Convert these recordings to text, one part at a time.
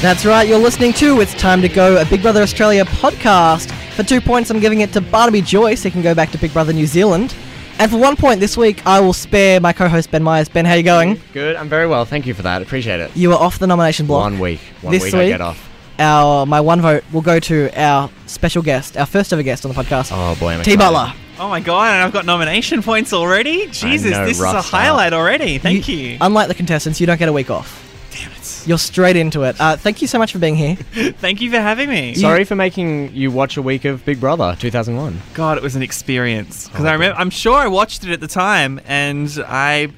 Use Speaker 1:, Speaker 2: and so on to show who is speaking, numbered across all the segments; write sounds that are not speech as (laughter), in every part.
Speaker 1: That's right, you're listening to It's Time to Go, a Big Brother Australia podcast. For two points, I'm giving it to Barnaby Joyce. He can go back to Big Brother New Zealand. And for one point this week, I will spare my co host Ben Myers. Ben, how you going?
Speaker 2: Good. I'm very well. Thank you for that. Appreciate it.
Speaker 1: You are off the nomination block.
Speaker 2: One week. One
Speaker 1: This
Speaker 2: week,
Speaker 1: week?
Speaker 2: I get off.
Speaker 1: Our My one vote will go to our special guest, our first ever guest on the podcast,
Speaker 2: Oh boy, I'm
Speaker 1: T
Speaker 2: excited.
Speaker 1: Butler.
Speaker 3: Oh my god, and I've got nomination points already? Jesus,
Speaker 2: know,
Speaker 3: this is a
Speaker 2: rough start.
Speaker 3: highlight already. Thank you.
Speaker 1: Unlike the contestants, you don't get a week off.
Speaker 3: Damn it.
Speaker 1: You're straight into it. Uh, thank you so much for being here.
Speaker 3: Thank you for having me.
Speaker 2: Sorry for making you watch a week of Big Brother 2001.
Speaker 3: God, it was an experience. Because I remember Oh I'm sure I watched it at the time and I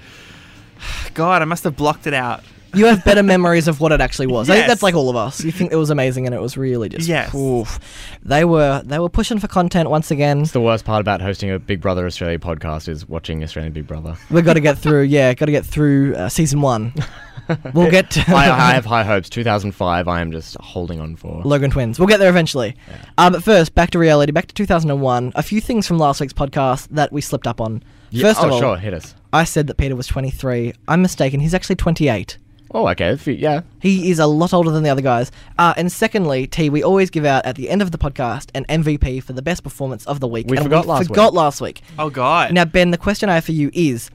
Speaker 3: (sighs) God, I must have blocked it out.
Speaker 1: You have better memories of what it actually was. I think
Speaker 3: Yes.
Speaker 1: that's like all of us. You think it was amazing and it was really just
Speaker 3: Yes.
Speaker 1: oof. They were they were pushing for content once again.
Speaker 2: It's the worst part about hosting a Big Brother Australia podcast is watching Australian Big
Speaker 1: (laughs)
Speaker 2: Brother.
Speaker 1: We've got to get through. Yeah, got to get through uh, season one.
Speaker 2: (laughs)
Speaker 1: We'll get to
Speaker 2: I, I have high hopes. 2005, I am just holding on for.
Speaker 1: (laughs) Logan Twins. We'll get there eventually. Uh, but first, back to reality. Back to 2001. A few things from last week's podcast that we slipped up on.
Speaker 2: Yeah,
Speaker 1: first
Speaker 2: oh,
Speaker 1: of all,
Speaker 2: sure, hit us.
Speaker 1: I said that Peter was 23. I'm mistaken. He's actually 28.
Speaker 2: Oh, okay. if you- yeah.
Speaker 1: He is a lot older than the other guys. Uh, and secondly, T, we always give out at the end of the podcast an MVP for the best performance of the week.
Speaker 2: We
Speaker 1: and
Speaker 2: forgot
Speaker 1: we
Speaker 2: last
Speaker 1: forgot
Speaker 2: week.
Speaker 1: last week.
Speaker 3: Oh god.
Speaker 1: Now, Ben, the question I have for you is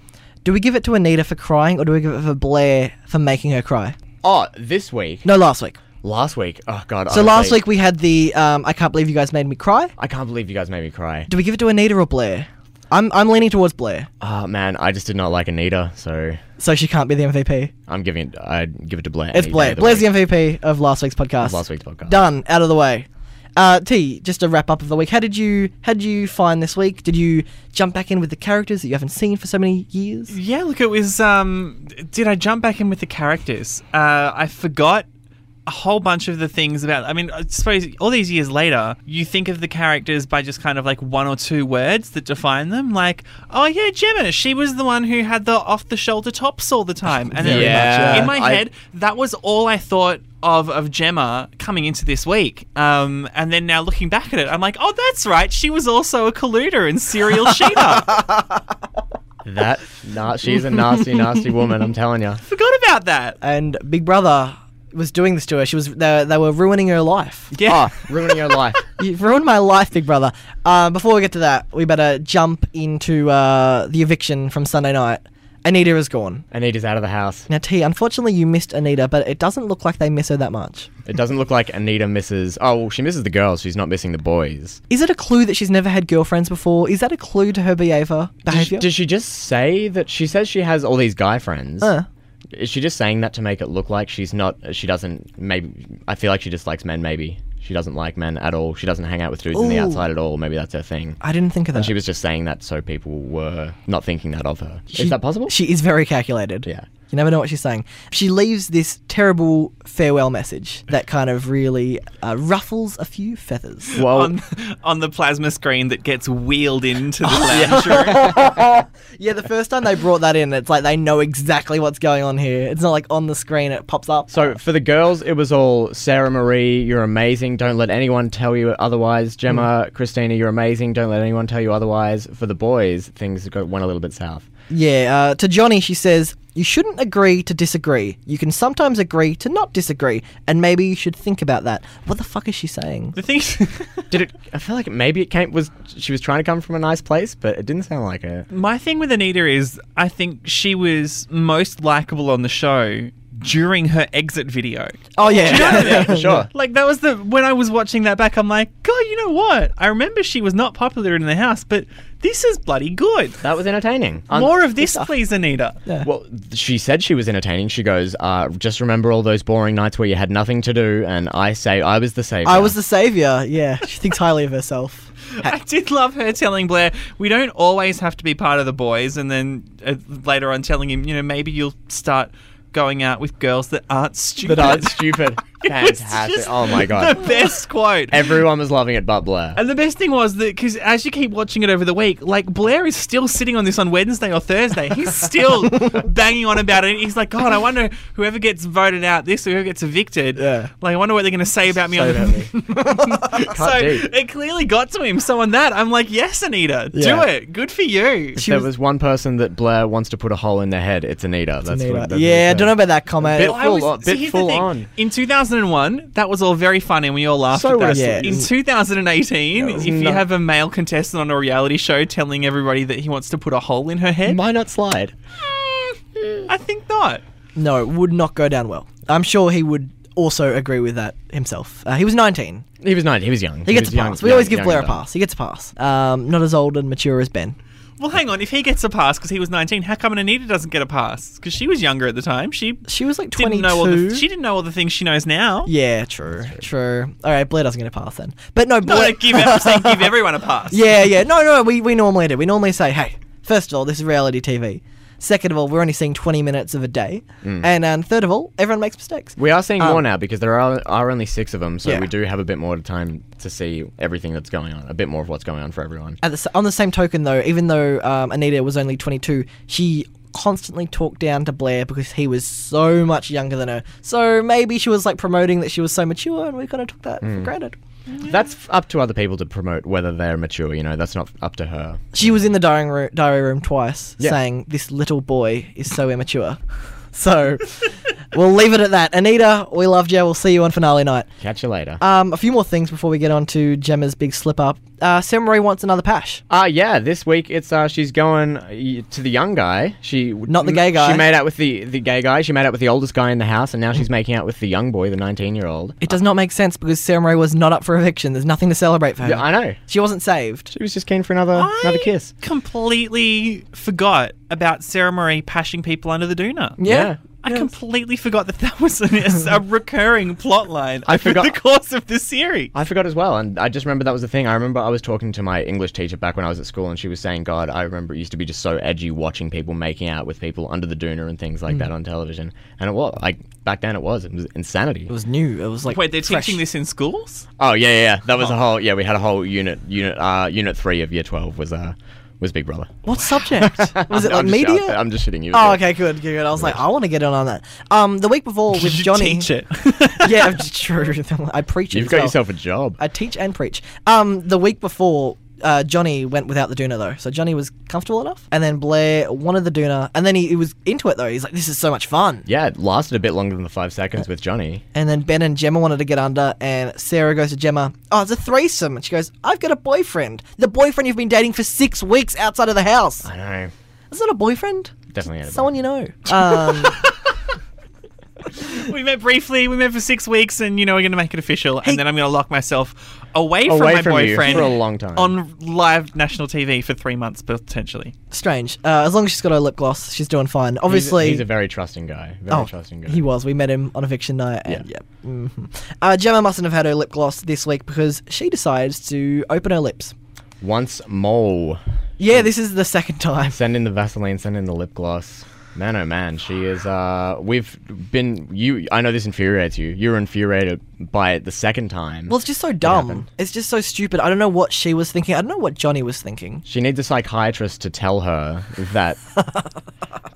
Speaker 1: do we give it to Anita for crying or do we give it for Blair for making her cry?
Speaker 2: Oh, this week.
Speaker 1: No, last week.
Speaker 2: Last week. Oh, God.
Speaker 1: So last
Speaker 2: honestly,
Speaker 1: week we had the um, I can't believe you guys made me cry.
Speaker 2: I can't believe you guys made me cry.
Speaker 1: Do we give it to Anita or Blair? I'm, I'm leaning towards Blair,
Speaker 2: Oh, man. I just did not like Anita, so
Speaker 1: so she can't be the MVP.
Speaker 2: I'm giving it. I'd give it to Blair.
Speaker 1: It's
Speaker 2: any day
Speaker 1: Blair.
Speaker 2: of the
Speaker 1: Blair's the
Speaker 2: week.
Speaker 1: MVP of last week's podcast.
Speaker 2: Of last week's podcast.
Speaker 1: Done. Out of the way. Uh, T, just a wrap up of the week. How did you how did you find this week? Did you jump back in with the characters that you haven't seen for so many years?
Speaker 3: Yeah, look, it was. Um, did I jump back in with the characters? Uh, I forgot a whole bunch of the things about. I mean, I suppose all these years later, you think of the characters by just kind of like one or two words that define them. Like, oh yeah, Gemma, she was the one who had the off-the-shoulder tops all the time. And then
Speaker 1: Very
Speaker 2: much, yeah.
Speaker 3: in my
Speaker 2: I-
Speaker 3: head, that was all I thought. Of, of Gemma coming into this week. Um, and then now looking back at it, I'm like, oh, that's right. She was also a colluder and serial
Speaker 2: (laughs)
Speaker 3: cheater.
Speaker 2: That nah, she's a nasty, nasty woman. I'm telling you.
Speaker 3: Forgot about that.
Speaker 1: And Big Brother was doing this to her. She was they, they were ruining her life.
Speaker 2: Oh,
Speaker 3: Yeah.
Speaker 2: ruining your
Speaker 3: (laughs)
Speaker 2: life.
Speaker 1: You've ruined my life, Big Brother. Uh, before we get to that, we better jump into uh, the eviction from Sunday night. Anita is gone.
Speaker 2: Anita's out of the house.
Speaker 1: Now, T, unfortunately, you missed Anita, but it doesn't look like they miss her that much.
Speaker 2: It doesn't look like Anita misses. Oh, well, she misses the girls. She's not missing the boys.
Speaker 1: Is it a clue that she's never had girlfriends before? Is that a clue to her behavior?
Speaker 2: Did she,
Speaker 1: Behavior?
Speaker 2: did she just say that? She says she has all these guy friends.
Speaker 1: Uh.
Speaker 2: Is she just saying that to make it look like she's not? She doesn't. Maybe I feel like she just likes men. Maybe she doesn't like men at all. She doesn't hang out with dudes on the
Speaker 1: Ooh.
Speaker 2: outside at all. Maybe that's her thing.
Speaker 1: I didn't think of that.
Speaker 2: She was just saying that so people were not thinking that of her.
Speaker 1: She-
Speaker 2: Is that possible?
Speaker 1: She is very calculated.
Speaker 2: Yeah.
Speaker 1: You never know what she's saying. She leaves this terrible farewell message that kind of really uh, ruffles a few feathers.
Speaker 2: well,
Speaker 3: on, on the plasma screen that gets wheeled into
Speaker 2: (laughs)
Speaker 3: the lounge room.
Speaker 1: (laughs) yeah, the first time they brought that in, it's like they know exactly what's going on here. It's not like on the screen, it pops up.
Speaker 2: So for the girls, it was all Sarah Marie, you're amazing. Don't let anyone tell you otherwise. Gemma,
Speaker 3: Hmm.
Speaker 2: Christina, you're amazing. Don't let anyone tell you otherwise. For the boys, things go, went a little bit south.
Speaker 1: Yeah, uh, to Johnny, she says, You shouldn't agree to disagree. You can sometimes agree to not disagree, and maybe you should think about that. What the fuck is she saying?
Speaker 3: The thing,
Speaker 2: Did it? I feel like maybe it came was she was trying to come from a nice place, but it didn't sound like it.
Speaker 3: my thing with Anita is, I think she was most likable on the show during her exit video.
Speaker 1: Oh, yeah.
Speaker 2: Yeah, for sure.
Speaker 3: Like that was the when I was watching that back, I'm like, God, you know what? I remember she was not popular in the house, but this is bloody good.
Speaker 2: That was entertaining. Um,
Speaker 3: More of this, please, Anita.
Speaker 1: (laughs) Yeah.
Speaker 2: Well, she said she was entertaining. She goes, uh, "Just remember all those boring nights where you had nothing to do." And I say, "I was the savior."
Speaker 1: I was the savior. Yeah, she thinks highly of herself.
Speaker 3: (laughs) I did love her telling Blair, we don't always have to be part of the boys, and then uh, later on telling him, you know, maybe you'll start going out with girls that aren't stupid. (laughs)
Speaker 2: that aren't stupid.
Speaker 3: It was
Speaker 2: Fantastic!
Speaker 3: just
Speaker 2: Oh my god,
Speaker 3: The best quote.
Speaker 2: everyone was loving it, but Blair.
Speaker 3: and the best thing was that because as you keep watching it over the week, like Blair is still sitting on this on Wednesday or Thursday.
Speaker 2: (laughs)
Speaker 3: He's still banging on about it. He's like, God, I wonder whoever gets voted out this or whoever gets evicted.
Speaker 1: Yeah.
Speaker 3: Like, I wonder what they're going to say about me.
Speaker 2: So
Speaker 3: on
Speaker 2: about me. (laughs)
Speaker 3: (laughs) so
Speaker 2: deep.
Speaker 3: it clearly got to him. So on that, I'm like, yes, Anita,
Speaker 1: Yeah.
Speaker 3: do it. Good for you.
Speaker 2: If there was, one person that Blair wants to put a hole in their head, it's Anita. That's
Speaker 1: Anita.
Speaker 2: What, that's what
Speaker 1: yeah,
Speaker 2: he
Speaker 1: I don't know
Speaker 2: said.
Speaker 1: about that comment.
Speaker 2: Bit
Speaker 3: I
Speaker 2: full
Speaker 3: was-
Speaker 2: on-
Speaker 3: see,
Speaker 2: bit
Speaker 3: here's the
Speaker 2: full
Speaker 3: thing.
Speaker 2: on.
Speaker 3: In 2001, that was all very funny and we all laughed
Speaker 2: So
Speaker 3: at that.
Speaker 2: would a-
Speaker 3: In
Speaker 2: yeah.
Speaker 3: 2018,
Speaker 2: No.
Speaker 3: if you
Speaker 2: No.
Speaker 3: have a male contestant on a reality show telling everybody that he wants to put a hole in her head,
Speaker 2: Why not slide?
Speaker 3: mm, I think not.
Speaker 1: No, it would not go down well. I'm sure he would also agree with that himself. Uh, he was 19.
Speaker 2: He was nine. He was young.
Speaker 1: He gets
Speaker 2: was
Speaker 1: a
Speaker 2: young-
Speaker 1: pass. we
Speaker 2: young-
Speaker 1: always give
Speaker 2: young
Speaker 1: Blair a
Speaker 2: adult.
Speaker 1: pass. He gets a pass. Um, not as old and mature as Ben.
Speaker 3: Well, hang on. If he gets a pass because he was 19, how come Anita doesn't get a pass? Because she was younger at the time. She
Speaker 1: She was like 22.
Speaker 3: didn't know all the she didn't know all the things she knows now.
Speaker 1: yeah, true, true, All right, Blair doesn't get a pass then. But no,
Speaker 3: No,
Speaker 1: Blair.
Speaker 3: like, give, I'm saying give everyone
Speaker 2: (laughs)
Speaker 3: a
Speaker 1: (laughs)
Speaker 3: pass.
Speaker 1: Yeah, yeah. No, no, we, we normally do. We normally say, hey, first of all, this is reality TV. Second of all, we're only seeing 20 minutes of a day. And um, third of all, everyone makes mistakes.
Speaker 2: We are seeing
Speaker 1: Um,
Speaker 2: more now because there are, are only six of them, so
Speaker 1: Yeah.
Speaker 2: we do have a bit more time to see everything that's going on, a bit more of what's going on for everyone.
Speaker 1: At the, s- on the same token, though, even though um, Anita was only 22, she constantly talked down to Blair because he was so much younger than her. So maybe she was like promoting that she was so mature, and we kind of took that for granted.
Speaker 2: That's f- up to other people to promote whether they're mature. You know, that's not up to her.
Speaker 1: She was in the diary room, diary room twice,
Speaker 2: Yeah.
Speaker 1: saying, "This little boy is so immature." (laughs) So we'll leave it at that. Anita, we loved you. We'll see you on finale night.
Speaker 2: Catch you later.
Speaker 1: Um, a few more things before we get on to Gemma's big slip up. Uh, Sarah Marie wants another pash.
Speaker 2: Uh, yeah, this week it's uh, she's going uh, y- to the young guy. She
Speaker 1: Not the gay guy.
Speaker 2: She made out with the, the gay guy. She made out with the oldest guy in the house, and now she's making out with the young boy, the nineteen year old.
Speaker 1: It does not make sense because Sarah Marie was not up for eviction. There's nothing to celebrate for her.
Speaker 2: Yeah, I know.
Speaker 1: She wasn't saved.
Speaker 2: She was just keen for another another
Speaker 3: I
Speaker 2: kiss.
Speaker 3: Completely forgot about Sarah Marie pashing people under the doona.
Speaker 1: Yeah.
Speaker 3: I completely forgot that that was an,
Speaker 2: (laughs)
Speaker 3: a recurring plot line
Speaker 2: I
Speaker 3: over
Speaker 2: forgot-
Speaker 3: the course of this series.
Speaker 2: I forgot as well, and I just remember that was the thing. I remember I was talking to my English teacher back when I was at school, and she was saying, "God, I remember it used to be just so edgy watching people making out with people under the doona and things like that on television." And it was like back then, it was it was insanity.
Speaker 1: It was new. It was like
Speaker 3: Wait, they're
Speaker 1: fresh.
Speaker 3: teaching this in schools?
Speaker 2: Oh yeah, yeah, yeah. That was a whole yeah. We had a whole unit, unit, uh, unit three of year twelve was uh, was Big Brother.
Speaker 1: What subject?
Speaker 2: (laughs)
Speaker 1: Was it like
Speaker 2: I'm just-
Speaker 1: media?
Speaker 2: I'm just shitting you.
Speaker 1: oh, okay, good, good, good. I was like, I want to get in on that. Um, the week
Speaker 2: (laughs)
Speaker 1: before with
Speaker 3: You
Speaker 1: Johnny.
Speaker 3: Teach it.
Speaker 1: (laughs) yeah, I'm just- true. I preach. it
Speaker 2: You've
Speaker 1: as
Speaker 2: got
Speaker 1: well.
Speaker 2: yourself a job.
Speaker 1: I teach and preach. Um, the week before, uh, Johnny went without the doona though, so Johnny was comfortable enough, and then Blair wanted the doona, and then he, he was into it though. He's like, "This is so much fun."
Speaker 2: yeah, it lasted a bit longer than the five seconds with Johnny.
Speaker 1: And then Ben and Gemma wanted to get under, and Sarah goes to Gemma, "Oh, it's a threesome," and she goes, "I've got a boyfriend. The boyfriend you've been dating for six weeks outside of the house.
Speaker 2: I know,
Speaker 1: Is that a boyfriend?
Speaker 2: definitely. had a
Speaker 1: Someone you know." Um, (laughs)
Speaker 3: we met briefly, we met for six weeks, and you know, we're going to make it official.
Speaker 1: Hey-
Speaker 3: and then I'm going to lock myself away from
Speaker 2: Away
Speaker 3: my
Speaker 2: from you
Speaker 3: boyfriend
Speaker 2: for a long time.
Speaker 3: on live national TV for three months, potentially.
Speaker 1: strange. Uh, as long as she's got her lip gloss, she's doing fine.
Speaker 2: He's a-
Speaker 1: Obviously,
Speaker 2: he's a, very trusting guy. Very trusting guy.
Speaker 1: Oh, He was. We met him on eviction night. And yeah. hmm Uh, Gemma mustn't have had her lip gloss this week because she decides to open her lips.
Speaker 2: Once more,
Speaker 1: Yeah, this is the second time.
Speaker 2: send in the Vaseline, send in the lip gloss. Man, oh man, she is. Uh, we've been you. I know this infuriates you. You were infuriated by it the second time.
Speaker 1: Well, it's just so dumb.
Speaker 2: happened?
Speaker 1: It's just so stupid. I don't know what she was thinking. I don't know what Johnny was thinking.
Speaker 2: She needs a psychiatrist to tell her
Speaker 1: (laughs)
Speaker 2: that.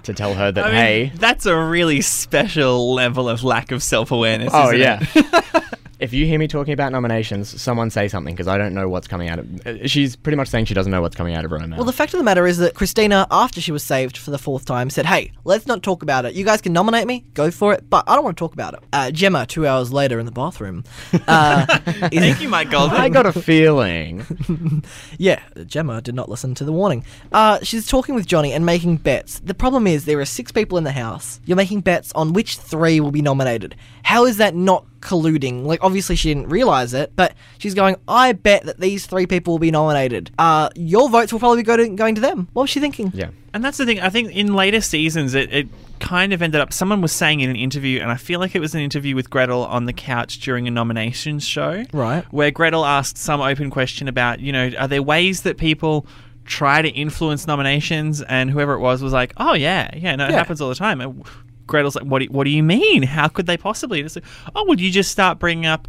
Speaker 2: to tell her that,
Speaker 3: I mean,
Speaker 2: hey.
Speaker 3: that's a really special level of lack of self awareness.
Speaker 2: Oh,
Speaker 3: isn't (laughs)
Speaker 2: yeah.
Speaker 3: It?
Speaker 1: (laughs)
Speaker 2: if you hear me talking about nominations, someone say something because I don't know what's coming out of. uh, She's pretty much saying she doesn't know what's coming out of her own mouth.
Speaker 1: Well, the fact of the matter is that Christina, after she was saved for the fourth time, said, Hey, let's not talk about it. You guys can nominate me, go for it, but I don't want to talk about it. Uh, Gemma, two hours later in the bathroom. Uh, is-
Speaker 3: Thank you,
Speaker 1: (laughs)
Speaker 3: Mike Golden.
Speaker 2: I got a feeling. (laughs)
Speaker 1: Yeah, Gemma did not listen to the warning. Uh, she's talking with Johnny and making bets. The problem is there are six people in the house. You're making bets on which three will be nominated. How is that not colluding? Like, obviously she didn't realize it, but she's going, "I bet that these three people will be nominated. Uh, your votes will probably go to going to them." What was she thinking?
Speaker 2: yeah.
Speaker 3: And that's the thing. I think in later seasons, it, it kind of ended up. Someone was saying in an interview, and I feel like it was an interview with Gretel on the couch during a nominations show.
Speaker 1: Right.
Speaker 3: Where Gretel asked some open question about, you know, are there ways that people try to influence nominations? And whoever it was was like, oh, yeah, yeah, no, it
Speaker 1: Yeah.
Speaker 3: happens all the time. And Gretel's like, what do, what do you mean? How could they possibly? And it's like, oh, would you just start bringing up,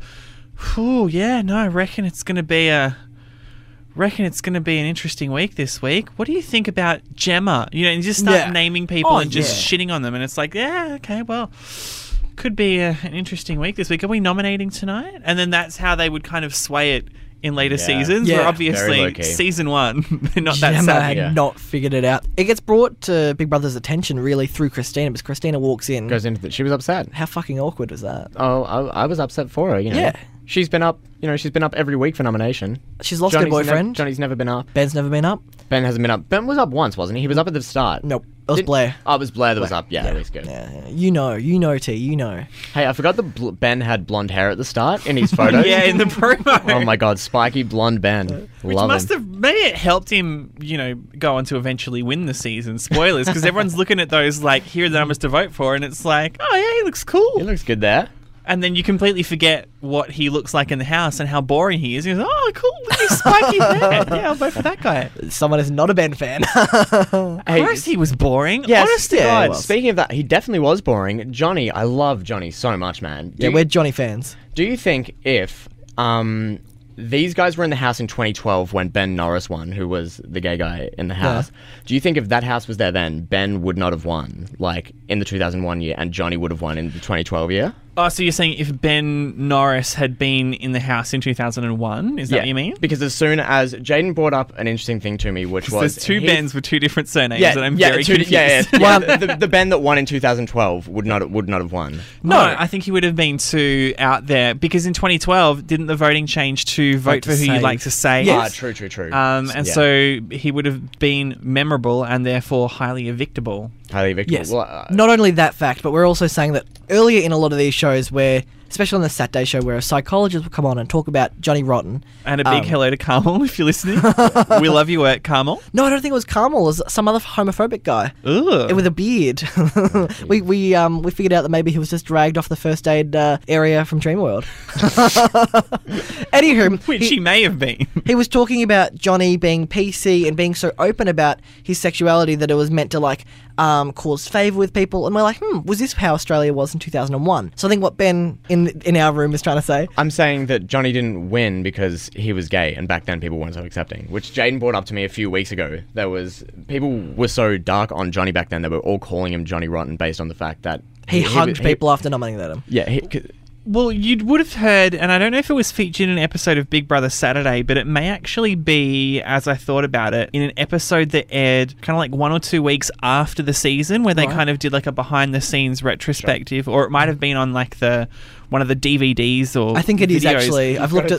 Speaker 3: oh, yeah, no, I reckon it's going to be a reckon it's going to be an interesting week this week. What do you think about Gemma? You know, and you just start
Speaker 1: Yeah.
Speaker 3: naming people
Speaker 1: Oh,
Speaker 3: and just
Speaker 1: yeah.
Speaker 3: shitting on them, and it's like, yeah, okay, well, could be a, an interesting week this week. Are we nominating tonight? And then that's how they would kind of sway it in later
Speaker 2: Yeah.
Speaker 3: seasons
Speaker 1: Yeah.
Speaker 3: were
Speaker 1: Very
Speaker 2: low-key.
Speaker 3: obviously season one, (laughs) not
Speaker 1: Gemma
Speaker 3: that
Speaker 1: had
Speaker 3: savvy.
Speaker 2: Oh, Yeah.
Speaker 1: not figured it out. It gets brought to Big Brother's attention really through Christina because Christina walks in.
Speaker 2: Goes into that. She was upset.
Speaker 1: How fucking awkward was that?
Speaker 2: Oh, I, I was upset for her. You know.
Speaker 1: Yeah.
Speaker 2: She's been up. You know, she's been up every week for nomination.
Speaker 1: She's lost her
Speaker 2: Johnny's nev-
Speaker 1: boyfriend.
Speaker 2: Johnny's never been up.
Speaker 1: Ben's never been up.
Speaker 2: Ben hasn't been up. Ben was up once, wasn't he? He was up at the start.
Speaker 1: Nope. It was
Speaker 2: Didn't-
Speaker 1: Blair.
Speaker 2: Oh, it was Blair that was up. Yeah, it was good.
Speaker 1: Yeah, yeah. you know, you know, T, you know.
Speaker 2: Hey, I forgot that bl- Ben had blonde hair at the
Speaker 1: (laughs)
Speaker 2: start in his photo.
Speaker 3: yeah, in the promo.
Speaker 2: (laughs) Oh my god, spiky blonde Ben.
Speaker 3: Which
Speaker 2: Love
Speaker 3: must
Speaker 2: him.
Speaker 3: have maybe it helped him, you know, go on to eventually win the season. Spoilers, because everyone's looking at those like here are the numbers to vote for, and it's like, oh yeah, he looks cool.
Speaker 2: He looks good there.
Speaker 3: and then you completely forget what he looks like in the house and how boring he is. And you're like, oh cool, look at
Speaker 2: (laughs)
Speaker 3: his spiky hair. Yeah, I'll vote for that guy.
Speaker 1: Someone is not a Ben
Speaker 3: (laughs)
Speaker 1: fan. (laughs)
Speaker 2: Hey,
Speaker 3: Christ, he was boring.
Speaker 1: Yes,
Speaker 3: Honest to
Speaker 1: yeah, he
Speaker 3: God.
Speaker 1: was.
Speaker 2: Speaking of that, he definitely was boring. Johnny, I love Johnny so much, man. Do,
Speaker 1: yeah, we're Johnny fans.
Speaker 2: do you think if um, these guys were in the house in 2012 when Ben Norris won, who was the gay guy in the house, do you think if that house was there then, Ben would not have won, like in the 2001 year, and Johnny would have won in the 2012 year?
Speaker 3: Oh, so you're saying if Ben Norris had been in the house in 2001, is that what you mean?
Speaker 2: Because as soon as Jaden brought up an interesting thing to me, which was
Speaker 3: There's two
Speaker 2: he-
Speaker 3: Bens with two different surnames,
Speaker 2: Yeah,
Speaker 3: and I'm
Speaker 2: yeah,
Speaker 3: very
Speaker 2: two-
Speaker 3: confused.
Speaker 2: yeah, yeah,
Speaker 3: (laughs)
Speaker 1: Well,
Speaker 2: yeah, the, the Ben that won in 2012 would not would not have won. Oh.
Speaker 3: No, I think he would have been too out there because in 2012, didn't the voting change to vote
Speaker 1: to
Speaker 3: for who you
Speaker 1: save.
Speaker 3: like to save?
Speaker 2: Ah, true, true, true.
Speaker 3: Um, and
Speaker 2: Yeah.
Speaker 3: so he would have been memorable and therefore highly evictable.
Speaker 2: highly victim.
Speaker 1: Yes.
Speaker 2: Well, uh,
Speaker 1: not only that fact, but we're also saying that earlier in a lot of these shows, where especially on the Saturday show, where a psychologist will come on and talk about Johnny Rotten.
Speaker 3: And a big
Speaker 1: Um,
Speaker 3: hello to Carmel (laughs) if you're listening. we love you at Carmel.
Speaker 1: No, I don't think it was Carmel. It was some other homophobic guy.
Speaker 3: Ugh.
Speaker 1: With a beard, (laughs) we we um we figured out that maybe he was just dragged off the first aid uh, area from
Speaker 3: (laughs)
Speaker 1: Dreamworld. (laughs) Anywho,
Speaker 3: Which he may have been.
Speaker 1: he was talking about Johnny being PC and being so open about his sexuality that it was meant to like um, cause favor with people. And we're like, hmm, was this how Australia was in 2001? So I think what Ben in in our room is trying to say.
Speaker 2: I'm saying that Johnny didn't win because he was gay, and back then people weren't so accepting. Which Jaden brought up to me a few weeks ago. There was people were so dark on Johnny back then. They were all calling him Johnny Rotten based on the fact that
Speaker 1: He, hugged
Speaker 2: he-
Speaker 1: people after nominating them.
Speaker 2: yeah, he, 'cause-
Speaker 3: Well, you would have heard, and I don't know if it was featured in an episode of Big Brother Saturday, but it may actually be, as I thought about it, in an episode that aired kind of like one or two weeks after the season, where they
Speaker 1: Right.
Speaker 3: kind of did like a behind the scenes retrospective, or it might have been on like the one of the DVDs or
Speaker 1: I think it
Speaker 3: videos.
Speaker 1: is actually. I've looked at.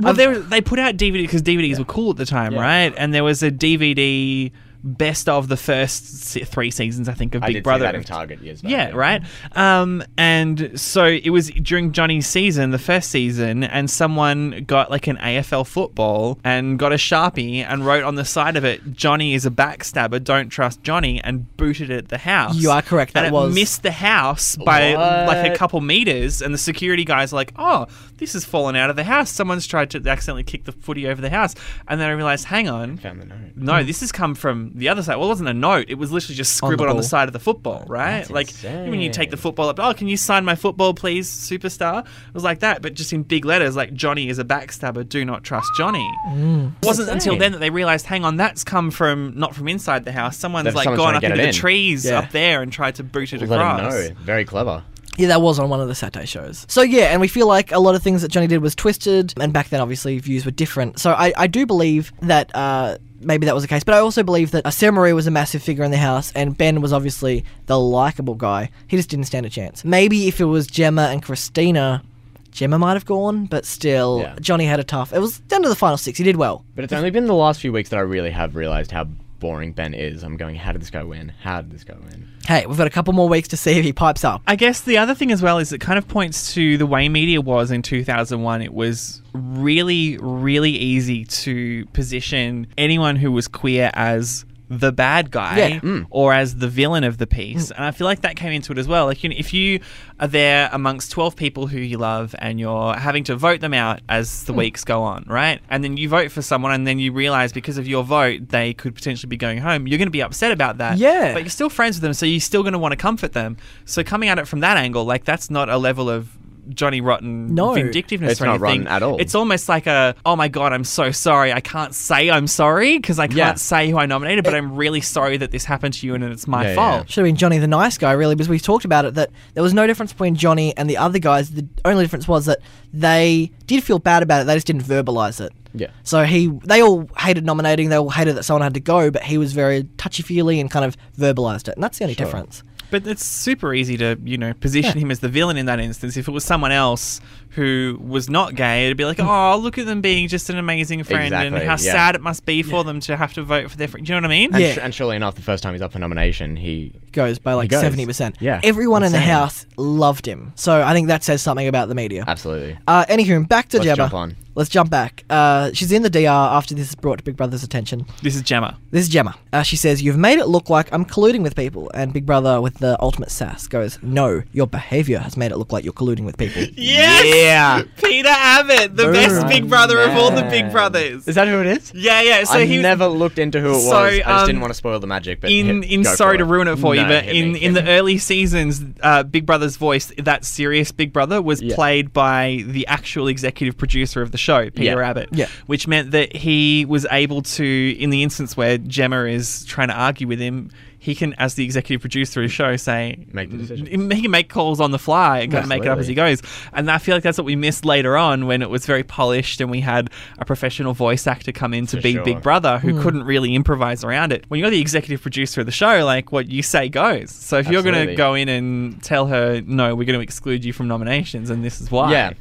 Speaker 3: Well, they, were, they put out DVD because DVDs were cool at the time,
Speaker 2: Yeah.
Speaker 3: right? And there was a DVD best of the first se- three seasons, I think, of
Speaker 2: I
Speaker 3: Big
Speaker 2: did
Speaker 3: Brother.
Speaker 2: see that in Target years back.
Speaker 3: Yeah, right. Um, and so it was during Johnny's season, the first season, and someone got like an AFL football and got a sharpie and wrote on the side of it, "Johnny is a backstabber. Don't trust Johnny," and booted it at the house.
Speaker 1: You are correct,
Speaker 3: And
Speaker 1: that
Speaker 3: it
Speaker 1: was-
Speaker 3: missed the house by
Speaker 2: What?
Speaker 3: like a couple meters, and the security guys are like, "Oh, this has fallen out of the house. Someone's tried to accidentally kick the footy over the house." And then I realized, hang on.
Speaker 2: Found the note.
Speaker 3: No, this has come from the other side. Well, it wasn't a note. It was literally just
Speaker 1: Hmm. On the
Speaker 3: scribbled on the,
Speaker 1: ball.
Speaker 3: side of the football, right?
Speaker 2: That's
Speaker 3: like when you take the
Speaker 2: insane.
Speaker 3: football up, oh, can you sign my football, please, superstar? It was like that, but just in big letters, like Johnny is a backstabber. Do not trust Johnny.
Speaker 1: Hmm.
Speaker 3: It wasn't until
Speaker 2: insane.
Speaker 3: then that they realized, hang on, that's come from not from inside the house. Someone's
Speaker 2: That
Speaker 3: like
Speaker 2: someone's
Speaker 3: gone
Speaker 2: trying
Speaker 3: up
Speaker 2: to get
Speaker 3: into
Speaker 2: it
Speaker 3: the
Speaker 2: in.
Speaker 3: trees
Speaker 1: Yeah.
Speaker 3: up there and tried to boot it
Speaker 2: Let him
Speaker 3: across.
Speaker 2: know. Very clever.
Speaker 1: Yeah, that was on one of the Saturday shows. So yeah, and we feel like a lot of things that Johnny did was twisted, and back then obviously views were different. So I, I do believe that uh, maybe that was the case, but I also believe that uh, Sarah Marie was a massive figure in the house, and Ben was obviously the likable guy. He just didn't stand a chance. Maybe if it was Gemma and Christina, Gemma might have gone, but still
Speaker 2: Yeah.
Speaker 1: Johnny had a tough. It was down to the final six. He did well.
Speaker 2: But it's only been the last few weeks that I really have realized how boring Ben is. I'm going, how did this guy win? How did this guy win?
Speaker 1: Hey, we've got a couple more weeks to see if he pipes up.
Speaker 3: I guess the other thing as well is it kind of points to the way media was in 2001. It was really, really easy to position anyone who was queer as the bad guy
Speaker 1: Yeah. Mm.
Speaker 3: or as the villain of the piece. And I feel like that came into it as well. Like, you know, if you are there amongst 12 people who you love and you're having to vote them out as the
Speaker 1: Mm.
Speaker 3: weeks go on, right? And then you vote for someone and then you realize because of your vote, they could potentially be going home. You're going to be upset about that.
Speaker 1: Yeah.
Speaker 3: But you're still friends with them, so you're still going to want to comfort them. So coming at it from that angle, like that's not a level of Johnny Rotten
Speaker 1: No.
Speaker 3: vindictiveness
Speaker 2: It's
Speaker 3: or
Speaker 2: not
Speaker 3: anything.
Speaker 2: rotten at all.
Speaker 3: It's almost like a, oh my god, I'm so sorry. I can't say I'm sorry because I can't
Speaker 2: Yeah.
Speaker 3: say who I nominated, but I'm really sorry that this happened to you and it's my
Speaker 2: Yeah, yeah,
Speaker 3: fault.
Speaker 1: Should have been Johnny the nice guy, really, because we talked about it that there was no difference between Johnny and the other guys. The only difference was that they did feel bad about it. They just didn't verbalize it.
Speaker 2: Yeah.
Speaker 1: So he, they all hated nominating. They all hated that someone had to go, but he was very touchy feely and kind of verbalized it, and that's the only difference.
Speaker 3: But it's super easy to, you know, position
Speaker 1: Yeah.
Speaker 3: him as the villain in that instance. If it was someone else who was not gay, it'd be
Speaker 1: Mm.
Speaker 3: like, oh, look at them being just an amazing friend and
Speaker 2: Exactly,
Speaker 3: how
Speaker 2: yeah.
Speaker 3: sad it must be for them to have to vote for their friend. Do you know what I mean?
Speaker 2: And,
Speaker 1: Yeah.
Speaker 2: su- and surely enough, the first time he's up for nomination, he
Speaker 1: Goes by like
Speaker 2: goes.
Speaker 1: seventy percent.
Speaker 2: Yeah.
Speaker 1: Everyone in the
Speaker 2: Insane.
Speaker 1: house loved him, so I think that says something about the media.
Speaker 2: absolutely.
Speaker 1: Uh, anywho, back to
Speaker 2: Let's
Speaker 1: Gemma.
Speaker 2: jump on.
Speaker 1: Let's jump back. Uh, she's in the DR after this is brought to Big Brother's attention.
Speaker 3: This is Gemma.
Speaker 1: This is Gemma. Uh, she says, You've made it look like I'm colluding with people. And Big Brother, with the ultimate sass, goes, No, your behavior has made it look like you're colluding with people.
Speaker 3: Yes!
Speaker 2: (laughs) Yeah.
Speaker 3: Peter Abbott, the
Speaker 1: Boom.
Speaker 3: best Big Brother of all the Big
Speaker 2: Man.
Speaker 3: Brothers.
Speaker 2: Is that who it is?
Speaker 3: yeah, yeah. So
Speaker 2: I
Speaker 3: he was-
Speaker 2: never looked into who it was.
Speaker 3: So,
Speaker 2: I just
Speaker 3: um,
Speaker 2: didn't want to spoil the magic. But
Speaker 3: in
Speaker 2: hit-
Speaker 3: in
Speaker 2: go
Speaker 3: sorry
Speaker 2: for
Speaker 3: to ruin it for you,
Speaker 2: No,
Speaker 3: but
Speaker 2: hit
Speaker 3: in
Speaker 2: me,
Speaker 3: in
Speaker 2: hit
Speaker 3: the
Speaker 2: me.
Speaker 3: early seasons, uh, Big Brother's voice, that serious Big Brother, was
Speaker 2: Yeah.
Speaker 3: played by the actual executive producer of the show, Peter
Speaker 2: Yeah.
Speaker 3: Abbott.
Speaker 1: Yeah.
Speaker 3: which meant that he was able to, in the instance where Gemma is trying to argue with him. He can, as the executive producer of the show, say
Speaker 2: Make the decisions.
Speaker 3: He can make calls on the fly and kind of make it up as he
Speaker 2: Absolutely.
Speaker 3: goes goes. And I feel like that's what we missed later on when it was very polished and we had a professional voice actor come in to
Speaker 2: For
Speaker 3: be
Speaker 2: sure.
Speaker 3: Big Brother who couldn't really improvise around it. When you're the executive producer of the show, like what you say goes. So if you're going to
Speaker 2: Absolutely.
Speaker 3: go in and tell her, no, we're going to exclude you from nominations and this is why.
Speaker 2: Yeah.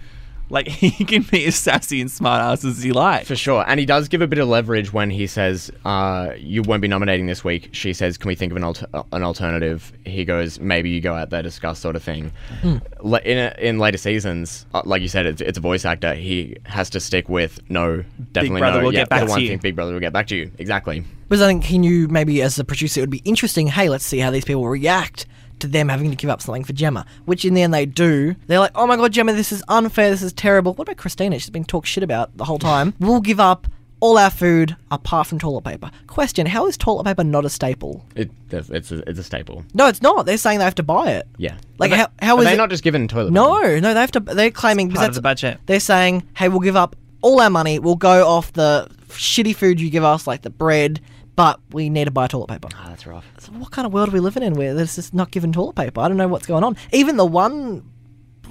Speaker 3: Like (laughs) he can be as sassy and smart ass as he likes.
Speaker 2: For sure. And he does give a bit of leverage when he says, uh, You won't be nominating this week. She says, Can we think of an, alter- an alternative? He goes, Maybe you go out there, discuss, sort of thing.
Speaker 3: Hmm.
Speaker 2: Le- in, a, in later seasons, uh, like you said, it's, it's a voice actor. He has to stick with, No, definitely
Speaker 3: Brother
Speaker 2: no.
Speaker 3: will
Speaker 2: yeah,
Speaker 3: get back
Speaker 2: the
Speaker 3: to
Speaker 2: one
Speaker 3: you."
Speaker 2: thing Big Brother will get back to you. Exactly.
Speaker 1: Because I think he knew maybe as a producer it would be interesting. Hey, let's see how these people react to them having to give up something for Gemma, which in the end they do. They're like, oh my god, Gemma, this is unfair. This is terrible. What about Christina? She's been talked shit about the whole
Speaker 2: (laughs)
Speaker 1: time. we'll give up all our food apart from toilet paper. Question How is toilet paper not a staple?
Speaker 2: It, it's, a, it's a staple.
Speaker 1: No, it's not. They're saying they have to buy it.
Speaker 2: Yeah.
Speaker 1: Like,
Speaker 2: Are
Speaker 1: how-
Speaker 2: they-
Speaker 1: how
Speaker 2: are
Speaker 1: is
Speaker 2: they
Speaker 1: it-
Speaker 2: not just given toilet paper?
Speaker 1: No, no, they have to. They're claiming
Speaker 3: part of
Speaker 1: because
Speaker 3: the
Speaker 1: that's-
Speaker 3: budget.
Speaker 1: They're saying, "Hey, we'll give up all our money. We'll go off the shitty food you give us, like the bread, but we need to buy toilet paper."
Speaker 2: Ah, that's rough.
Speaker 1: So what kind of world are we living in where there's just not given toilet paper? I don't know what's going on. Even the one,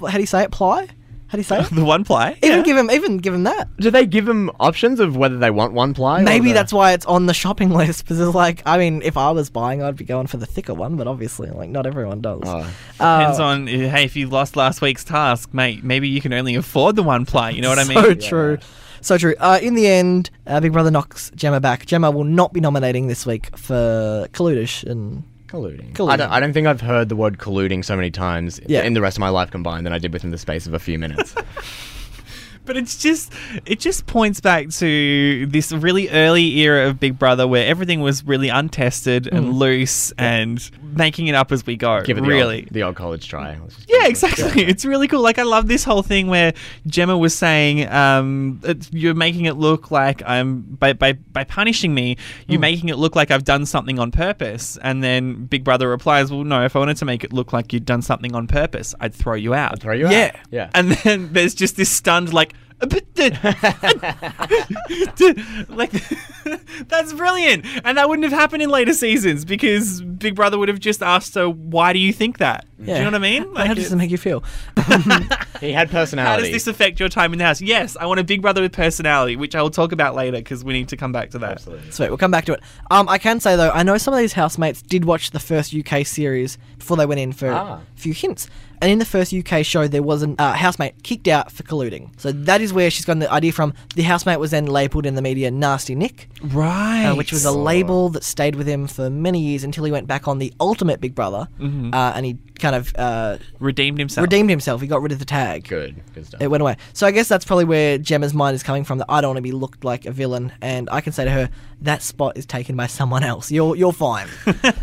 Speaker 1: how do you say it? Ply? How do you say it?
Speaker 3: The one play.
Speaker 1: Even
Speaker 3: (laughs) Yeah.
Speaker 1: give him, even give him that.
Speaker 2: Do they give him options of whether they want one ply? or
Speaker 1: Maybe
Speaker 2: the-
Speaker 1: that's why it's on the shopping (laughs) list because it's like, I mean, if I was buying, I'd be going for the thicker one, but obviously, like, not everyone does.
Speaker 2: Oh.
Speaker 1: Uh,
Speaker 3: Depends on eh, hey, if you lost last week's task, mate, maybe you can only afford the one play. You know what I mean?
Speaker 1: So (laughs) true. So true. Uh, in the end, uh, Big Brother knocks Gemma back. Gemma will not be nominating this week for Kaludish and
Speaker 2: Colluding.
Speaker 1: Colluding.
Speaker 2: I, don't, I don't think I've heard the word colluding so many times
Speaker 1: Yeah.
Speaker 2: in the rest of my life combined than I did within the space of a few minutes.
Speaker 3: But it's just it just points back to this really early era of Big Brother where everything was really untested and loose and making it up as we go.
Speaker 2: Mm. Give it the
Speaker 3: really.
Speaker 2: old, the old college try. Let's just-
Speaker 3: yeah, exactly. (laughs) It's really cool. Like, I love this whole thing where Gemma was saying, um, it's, "You're making it look like I'm by by, by punishing me. You're
Speaker 2: Hmm.
Speaker 3: making it look like I've done something on purpose." And then Big Brother replies, "Well, no. If I wanted to make it look like you'd done something on purpose, I'd throw you out."
Speaker 2: Throw you
Speaker 1: Yeah.
Speaker 2: out. Yeah.
Speaker 3: And then (laughs) there's just this stunned, like, "Uh,
Speaker 2: (laughs)
Speaker 3: (laughs) like (laughs) that's brilliant. And that wouldn't have happened in later seasons because Big Brother would have just asked her, "Why do you think that?" Do you know what I mean?
Speaker 1: Like how does it
Speaker 3: it-
Speaker 1: make you feel? (laughs)
Speaker 2: he had
Speaker 3: how
Speaker 2: personality.
Speaker 3: does this affect your time in the house? Yes, I want a Big Brother with personality, which I will talk about later because we need to come back to that.
Speaker 2: Absolutely.
Speaker 1: Sweet, we'll come back to it. Um, I can say though, I know some of these housemates did watch the first UK series before they went in for
Speaker 2: Ah.
Speaker 1: a few hints. And in the first UK show, there was an uh, housemate kicked out for colluding. So that is where she's gotten the idea from. The housemate was then labelled in the media "Nasty Nick,"
Speaker 3: Right.
Speaker 1: uh, which was a label that stayed with him for many years until he went back on the Ultimate Big Brother,
Speaker 2: Mm-hmm.
Speaker 1: uh, and he kind of uh,
Speaker 3: redeemed himself.
Speaker 1: redeemed himself. He got rid of the tag.
Speaker 2: Good. Good stuff.
Speaker 1: It went away. So I guess that's probably where Gemma's mind is coming from. That I don't want to be looked like a villain, and I can say to her, that spot is taken by someone else. You're you're
Speaker 2: (laughs)
Speaker 1: fine.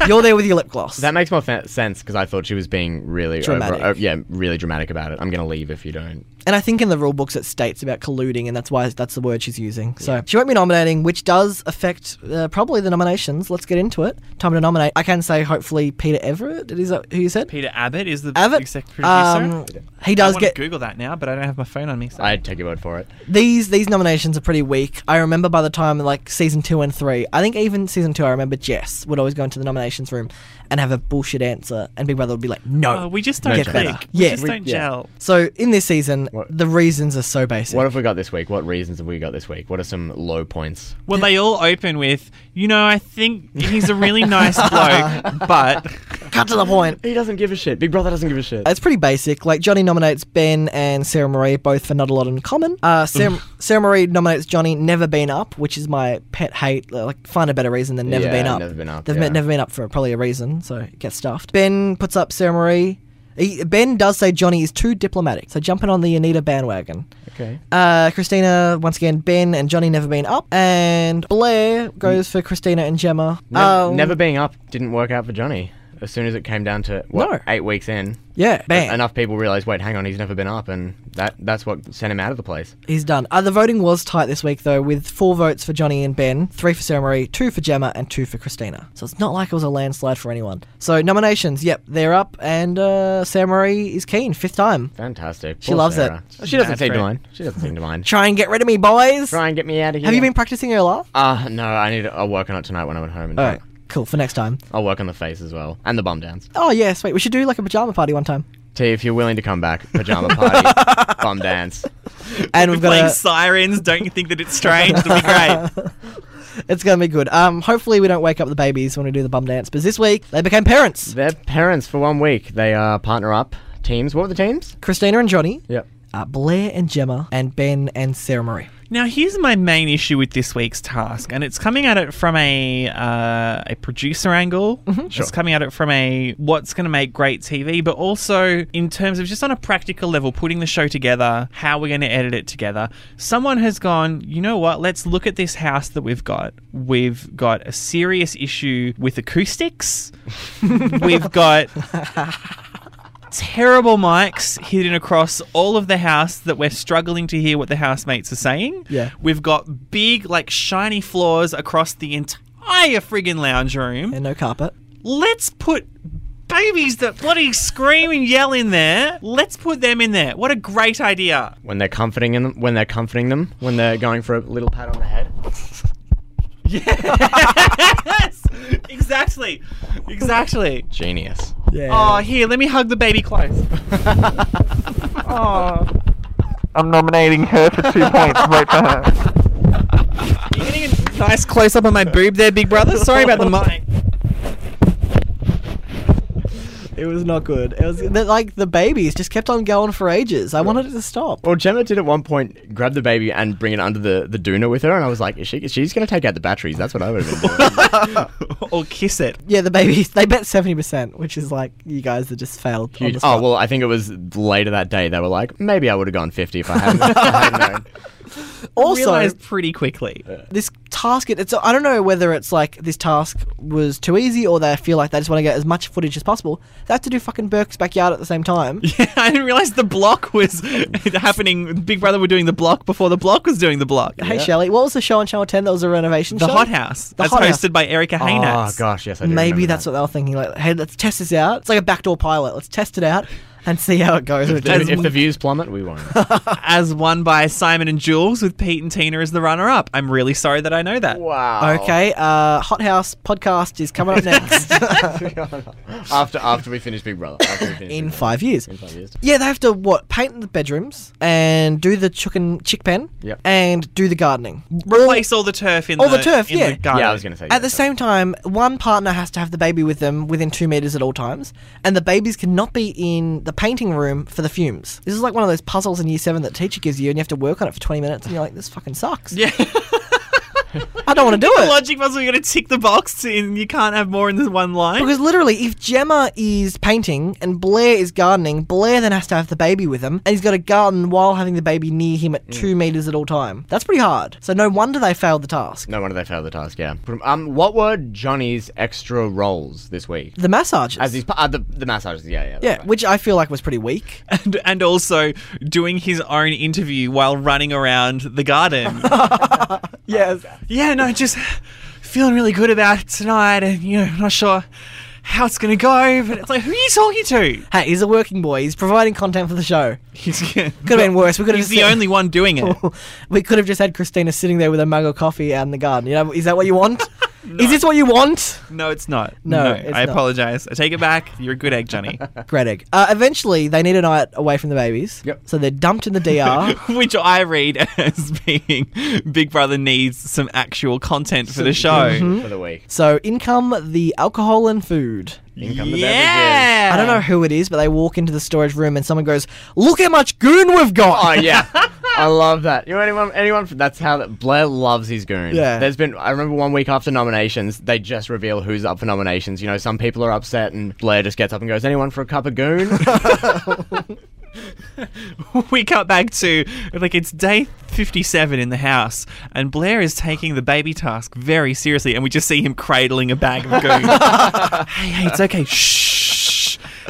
Speaker 1: you're there with your lip gloss.
Speaker 2: that makes more fa- sense because I thought she was being really
Speaker 1: Dramatic.
Speaker 2: Over, oh, yeah, really dramatic about it. I'm gonna leave if you don't.
Speaker 1: and I think in the rule books it states about colluding, and that's why that's the word she's using. So she won't be nominating, which does affect uh, probably the nominations. Let's get into it. Time to nominate. I can and say hopefully Peter Everett. Is that who you said?
Speaker 3: Peter Abbott is the
Speaker 1: Abbott.
Speaker 3: executive producer.
Speaker 1: Um, he
Speaker 3: I
Speaker 1: does
Speaker 3: want to
Speaker 1: get
Speaker 3: Google that now, but I don't have my phone on me. So.
Speaker 2: I'd take your word for it.
Speaker 1: these. These nominations are pretty weak. I remember by the time like season two and three. I think even season two, I remember Jess would always go into the nominations room and have a bullshit answer, and Big Brother would be like, "No,
Speaker 3: Oh, we just
Speaker 2: No
Speaker 3: don't
Speaker 2: chance.
Speaker 3: click. We
Speaker 1: Yeah.
Speaker 3: just
Speaker 1: We-
Speaker 3: don't
Speaker 2: yeah.
Speaker 3: gel.
Speaker 1: So in this season,
Speaker 2: What-
Speaker 1: the reasons are so basic.
Speaker 2: What have we got this week? What reasons have we got this week? What are some low points?
Speaker 3: Well, they all open with, you know, I think he's a really
Speaker 1: (laughs)
Speaker 3: (laughs) nice bloke, but
Speaker 1: Cut to the point.
Speaker 2: He doesn't give a shit. Big Brother doesn't give a shit.
Speaker 1: It's pretty basic. Like Johnny nominates Ben and Sarah Marie both for not a lot in common. Uh, Sarah, Sarah Marie nominates Johnny never been up, which is my pet hate. Uh, Like find a better reason than never
Speaker 2: Yeah,
Speaker 1: been up.
Speaker 2: never been up,
Speaker 1: They've
Speaker 2: yeah.
Speaker 1: met- never been up for probably a reason, so it gets stuffed. Ben puts up Sarah Marie. He, ben does say Johnny is too diplomatic, so jumping on the Anita bandwagon.
Speaker 2: Okay.
Speaker 1: Uh, Christina once again. Ben and Johnny never been up, and Blair goes for Christina and Gemma.
Speaker 2: Mm. Ne-
Speaker 1: Um,
Speaker 2: never being up didn't work out for Johnny. As soon as it came down to what,
Speaker 1: No.
Speaker 2: eight weeks in,
Speaker 1: Yeah, bang.
Speaker 2: enough people realized, wait, hang on, he's never been up, and that that's what sent him out of the place.
Speaker 1: He's done. Uh, the voting was tight this week, though, with four votes for Johnny and Ben, three for Sarah Marie, two for Gemma, and two for Christina. So it's not like it was a landslide for anyone. So nominations, yep, they're up, and uh, Sarah Marie is keen, fifth time.
Speaker 2: Fantastic.
Speaker 1: She
Speaker 2: Poor
Speaker 1: loves it.
Speaker 2: Sarah. She doesn't
Speaker 3: That's
Speaker 2: seem to
Speaker 3: great.
Speaker 2: mind. She doesn't seem to
Speaker 1: (laughs)
Speaker 2: mind.
Speaker 1: Try and get rid of me, boys.
Speaker 2: Try and get me out of here.
Speaker 1: Have you been practicing your laugh?
Speaker 2: Uh, no, I need. I'll work on it tonight when I'm at home. And
Speaker 1: All right, cool for next time.
Speaker 2: I'll work on the face as well and the bum downs.
Speaker 1: Oh yeah, sweet. We should do like a pajama party one
Speaker 2: (laughs)
Speaker 1: time.
Speaker 2: T, if you're willing to come back,
Speaker 1: (laughs)
Speaker 2: pajama party, bum dance.
Speaker 1: And we've
Speaker 3: we're playing
Speaker 1: got a,
Speaker 3: sirens. Don't you think that it's strange? It'll
Speaker 1: (laughs)
Speaker 3: be great.
Speaker 1: it's gonna be good. Um, hopefully we don't wake up the babies when we do the bum dance. But this week they became parents.
Speaker 2: Their parents for one week. They uh, partner up teams. What were the teams?
Speaker 1: Christina and Johnny,
Speaker 2: Yep.
Speaker 1: uh, Blair and Gemma, and Ben and Sarah Marie.
Speaker 3: Now, here's my main issue with this week's task, and it's coming at it from a uh, a producer angle.
Speaker 2: Sure.
Speaker 3: It's coming at it from a what's going to make great TV, but also in terms of just on a practical level, putting the show together, how we're going to edit it together. Someone has gone, you know what? Let's look at this house that we've got. We've got a serious issue with acoustics. we've got terrible mics hidden across all of the house that we're struggling to hear what the housemates are saying.
Speaker 1: Yeah.
Speaker 3: We've got big, like, shiny floors across the entire friggin' lounge room.
Speaker 1: And no carpet.
Speaker 3: Let's put babies that bloody scream and yell in there. Let's put them in there. What a
Speaker 1: (laughs)
Speaker 3: great idea.
Speaker 2: When they're comforting in them. When they're comforting them. When they're going for a little pat on the head.
Speaker 3: yes! Exactly. Exactly.
Speaker 2: Genius. (laughs)
Speaker 1: Yeah.
Speaker 3: Oh, here, let me hug the baby close. (laughs) Oh.
Speaker 4: I'm nominating her for two points. Vote for her.
Speaker 3: You're getting a nice close up on my boob there, big brother. Sorry about
Speaker 1: (laughs)
Speaker 3: the mic.
Speaker 1: It was not good. It was
Speaker 3: (laughs)
Speaker 1: the, like the babies just kept on going for ages. I wanted it to stop.
Speaker 2: Well, Gemma did at one point grab the baby and bring it under the, the doona with her, and I was like, is she, she's going to take out the batteries. That's what I would have been doing.
Speaker 3: (laughs) or kiss it.
Speaker 1: Yeah, the babies they bet seventy percent, which is like you guys that just failed. on
Speaker 2: Huge-
Speaker 1: the spot.
Speaker 2: Oh, well, I think it was later that day. They were like, maybe I would have gone 50 if I hadn't, if I hadn't
Speaker 1: (laughs)
Speaker 2: known.
Speaker 1: also
Speaker 3: realized pretty quickly.
Speaker 1: this task. It, it's I don't know whether it's like this task was too easy or they feel like they just want to get as much footage as possible. They have to do fucking Burke's backyard at the same
Speaker 2: (laughs)
Speaker 1: time.
Speaker 3: Yeah, (laughs) I didn't realize the block was (laughs) happening. Big Brother were doing the block before the block was doing the block.
Speaker 1: Hey Shelley, what was the show on Channel Ten that was a renovation?
Speaker 3: the
Speaker 1: show?
Speaker 3: Hot House.
Speaker 1: The
Speaker 3: that's
Speaker 1: Hot
Speaker 3: hosted
Speaker 1: House.
Speaker 3: by Erica
Speaker 2: Oh,
Speaker 3: Haynes.
Speaker 2: gosh, yes, I do
Speaker 1: Maybe
Speaker 2: remember
Speaker 1: that's
Speaker 2: that.
Speaker 1: what they were thinking. Like, hey, let's test this out. It's like a backdoor pilot. Let's test it out and see how it goes.
Speaker 2: If the, if the views plummet,
Speaker 1: (laughs)
Speaker 2: we won't.
Speaker 3: (laughs) As won by Simon and Jules with Pete and Tina as the runner up. I'm really sorry that I know that.
Speaker 2: wow.
Speaker 1: okay, uh, Hot House podcast is coming up next.
Speaker 2: (laughs) (laughs) after after we finish Big Brother. After we finish
Speaker 1: in
Speaker 2: Big Brother.
Speaker 1: five years.
Speaker 2: In five years.
Speaker 1: Yeah, they have to what paint the bedrooms and do the chicken chick pen
Speaker 2: Yep.
Speaker 1: and do the gardening.
Speaker 3: Replace all the turf in
Speaker 1: All
Speaker 3: the,
Speaker 1: the turf,
Speaker 3: in
Speaker 1: yeah.
Speaker 3: the garden.
Speaker 2: Yeah, I was going to say.
Speaker 1: At the same time, one partner has to have the baby with them within two meters at all times, and the babies cannot be in the painting room for the fumes. This is like one of those puzzles in year seven that teacher gives you, and you have to work on it for twenty minutes, and you're like, "This fucking sucks.
Speaker 3: (laughs) Yeah.
Speaker 1: I don't
Speaker 2: (laughs)
Speaker 1: want to do it."
Speaker 3: Logic puzzle, you're going to tick the box and you can't have more in this one line.
Speaker 1: Because literally, if Gemma is painting and Blair is gardening, Blair then has to have the baby with him, and he's got a garden while having the baby near him
Speaker 2: Mm.
Speaker 1: at two meters at all time. That's pretty hard. So no wonder they failed the task.
Speaker 2: No wonder they failed the task, yeah. Um, what were Johnny's extra roles this week?
Speaker 1: The massages.
Speaker 2: As he's, uh, the, the massages, yeah, yeah. that's
Speaker 1: yeah,
Speaker 2: right.
Speaker 1: which I feel like was pretty
Speaker 2: (laughs)
Speaker 1: weak.
Speaker 3: and, and also doing his own interview while running around the (laughs) garden.
Speaker 1: yes.
Speaker 3: yeah, no, just feeling really good about it tonight, and you know, not sure how it's gonna go, but it's like, who are you talking to?
Speaker 1: Hey, he's a working boy. He's providing content for the show.
Speaker 3: He's (laughs) could
Speaker 1: Could have been worse. We could have
Speaker 3: He's
Speaker 1: just
Speaker 3: the only one doing (laughs) it.
Speaker 1: (laughs) we could have just had Christina sitting there with a mug of coffee out in the garden. You know, is that what you
Speaker 2: (laughs)
Speaker 1: want? Is this what you want?
Speaker 3: No, it's not.
Speaker 1: No,
Speaker 3: no
Speaker 1: it's
Speaker 3: I
Speaker 1: not.
Speaker 3: apologize. I take it back. You're a good egg, Johnny. (laughs)
Speaker 2: (laughs)
Speaker 1: Great egg. Uh, eventually, they need a night away from the babies.
Speaker 2: Yep.
Speaker 1: So they're dumped in the
Speaker 2: (laughs)
Speaker 1: DR.
Speaker 3: Which I read (laughs) as being Big Brother needs some actual content for the (laughs) show.
Speaker 1: Mm-hmm.
Speaker 2: for the week.
Speaker 1: so income, the alcohol and food.
Speaker 2: Income the beverages.
Speaker 3: Yeah.
Speaker 1: I don't know who it is, but they walk into the storage room and someone goes, "Look how much goon we've got."
Speaker 2: Oh yeah, I love that. You know anyone? Anyone? That's how that Blair loves his goon.
Speaker 1: Yeah.
Speaker 2: There's been. I remember one week after nominations, they just reveal who's up for nominations. You know, some people are upset, and Blair just gets up and goes, "Anyone for a cup of goon?"
Speaker 3: (laughs) we cut back to like it's day 57 in the house and blair is taking the baby task very seriously and we just see him cradling a bag of
Speaker 1: (laughs)
Speaker 3: goon hey hey it's okay shh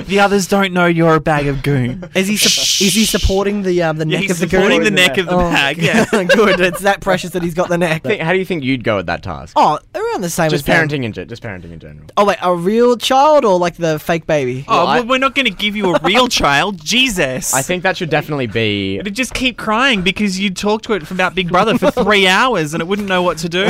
Speaker 3: the others don't know you're a bag of goon
Speaker 1: (laughs) Is he su- is he supporting the um, the
Speaker 3: yeah,
Speaker 1: neck
Speaker 3: he's
Speaker 1: of the
Speaker 3: supporting
Speaker 1: goon?
Speaker 3: the neck of the
Speaker 1: Oh,
Speaker 3: bag yeah
Speaker 1: (laughs) good. It's that precious that he's got the neck.
Speaker 2: Think- how do you think you'd go at that task?
Speaker 1: Oh, around the same
Speaker 2: just
Speaker 1: as them.
Speaker 2: parenting in ge- just parenting in general.
Speaker 1: Oh wait, a real child or like the fake baby?
Speaker 3: oh
Speaker 2: Well, I-
Speaker 3: well, we're not going to give you a
Speaker 1: (laughs)
Speaker 3: real child jesus
Speaker 2: I think that should definitely be.
Speaker 3: It'd just keep crying because you'd talk to it about Big Brother
Speaker 1: (laughs)
Speaker 3: for three hours and it wouldn't know what to do.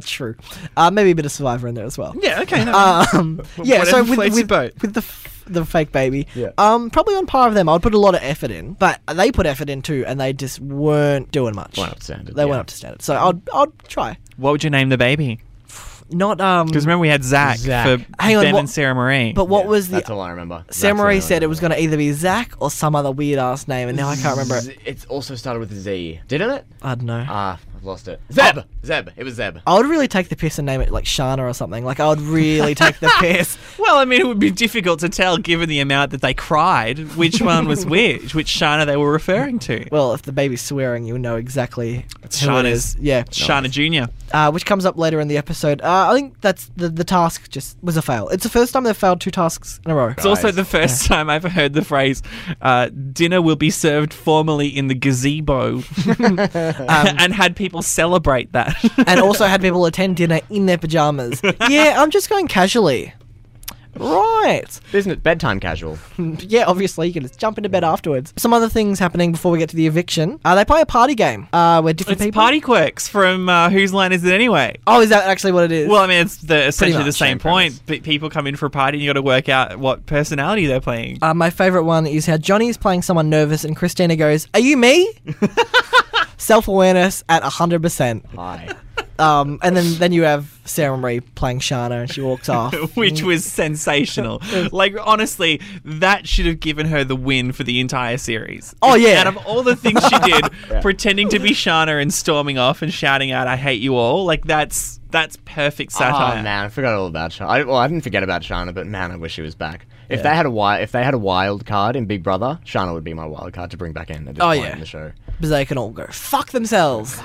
Speaker 1: True. Uh, maybe a bit of Survivor in there as well.
Speaker 3: yeah, okay. No.
Speaker 2: (laughs)
Speaker 1: Um, yeah. So
Speaker 3: whatever
Speaker 1: with
Speaker 3: floats your
Speaker 1: with,
Speaker 3: boat.
Speaker 1: with the f- the fake baby,
Speaker 2: Yeah.
Speaker 1: um, probably on par with them. I'd put a lot of effort in, but they put effort in too, and they just weren't doing much.
Speaker 2: Weren't up to standard,
Speaker 1: They
Speaker 2: yeah.
Speaker 1: weren't up to standard. So I'd I'd try.
Speaker 3: what would you name the baby?
Speaker 1: Not um.
Speaker 3: Because remember we had Zach,
Speaker 2: Zach.
Speaker 3: for
Speaker 1: Hang on,
Speaker 3: Ben
Speaker 1: what-
Speaker 3: and Sarah Marie.
Speaker 1: But what
Speaker 2: Yeah,
Speaker 1: was the
Speaker 2: That's all I remember. That's
Speaker 1: Sam
Speaker 2: the
Speaker 1: Marie
Speaker 2: only
Speaker 1: said?
Speaker 2: one I
Speaker 1: It was going to either be Zach or some other weird ass name, and now I can't remember it.
Speaker 2: Z- It's also started with a Z. Didn't it?
Speaker 1: I don't know.
Speaker 2: Ah, I've lost it.
Speaker 1: Ah.
Speaker 2: Zeb. Zeb. It was Zeb.
Speaker 1: I would really take the piss and name it like Shana or something. Like I would really take
Speaker 2: (laughs)
Speaker 3: (laughs)
Speaker 1: the piss.
Speaker 3: Well, I mean, it would be difficult to tell given the amount that they cried which
Speaker 1: (laughs)
Speaker 3: one was which, which Shana they were referring to.
Speaker 1: Well, if the baby's swearing, you'll know exactly
Speaker 3: It's
Speaker 1: who it
Speaker 3: Shana's.
Speaker 1: is. Yeah.
Speaker 3: Shana Jr.
Speaker 1: Uh, which comes up later in the episode. Uh, I think that's the the task just was a fail. It's the first time they've failed two tasks in a row. (laughs)
Speaker 3: It's also the first time I've heard the phrase uh, dinner will be served formally in the gazebo (laughs) um, and had people celebrate that.
Speaker 1: Um, and also
Speaker 3: (laughs)
Speaker 1: had people attend dinner in their pajamas. yeah, I'm just going casually. Right. (laughs)
Speaker 2: Business bedtime casual.
Speaker 1: Yeah, obviously you can just jump into bed afterwards. Some other things happening before we get to the eviction. Uh, they play a party game uh, where different
Speaker 3: it's
Speaker 1: people.
Speaker 3: Party Quirks from uh, Whose Line Is It Anyway?
Speaker 1: Oh, is that actually what it is?
Speaker 3: Well, I mean, it's the, essentially the
Speaker 1: much
Speaker 3: same,
Speaker 2: same
Speaker 3: point. But people come in for a party and you got to work out what personality they're playing.
Speaker 1: Uh, my favourite one is how Johnny is playing someone nervous and Christina goes, Are you
Speaker 3: (laughs)
Speaker 1: me? Self awareness at 100%. (laughs)
Speaker 2: Hi. (laughs)
Speaker 1: Um, and then, then you have Sarah Marie playing Shana and she walks off.
Speaker 3: (laughs)
Speaker 1: Mm.
Speaker 3: which
Speaker 1: (laughs)
Speaker 3: was sensational. like honestly, that should have given her the win for the entire series.
Speaker 1: Oh, yeah.
Speaker 3: Out of all the things
Speaker 1: (laughs)
Speaker 3: she did, pretending to be Shana and storming off and shouting out "I hate you all," like that's that's perfect satire.
Speaker 2: Oh man, I forgot all about Shana. I, well, I didn't forget about Shana, but man, I wish she was back. If they had a wild, if they had a wild card in Big Brother, Shana would be my wild card to bring back in at this
Speaker 1: Oh,
Speaker 2: point
Speaker 1: yeah.
Speaker 2: in the show.
Speaker 1: But they can all go, Fuck themselves.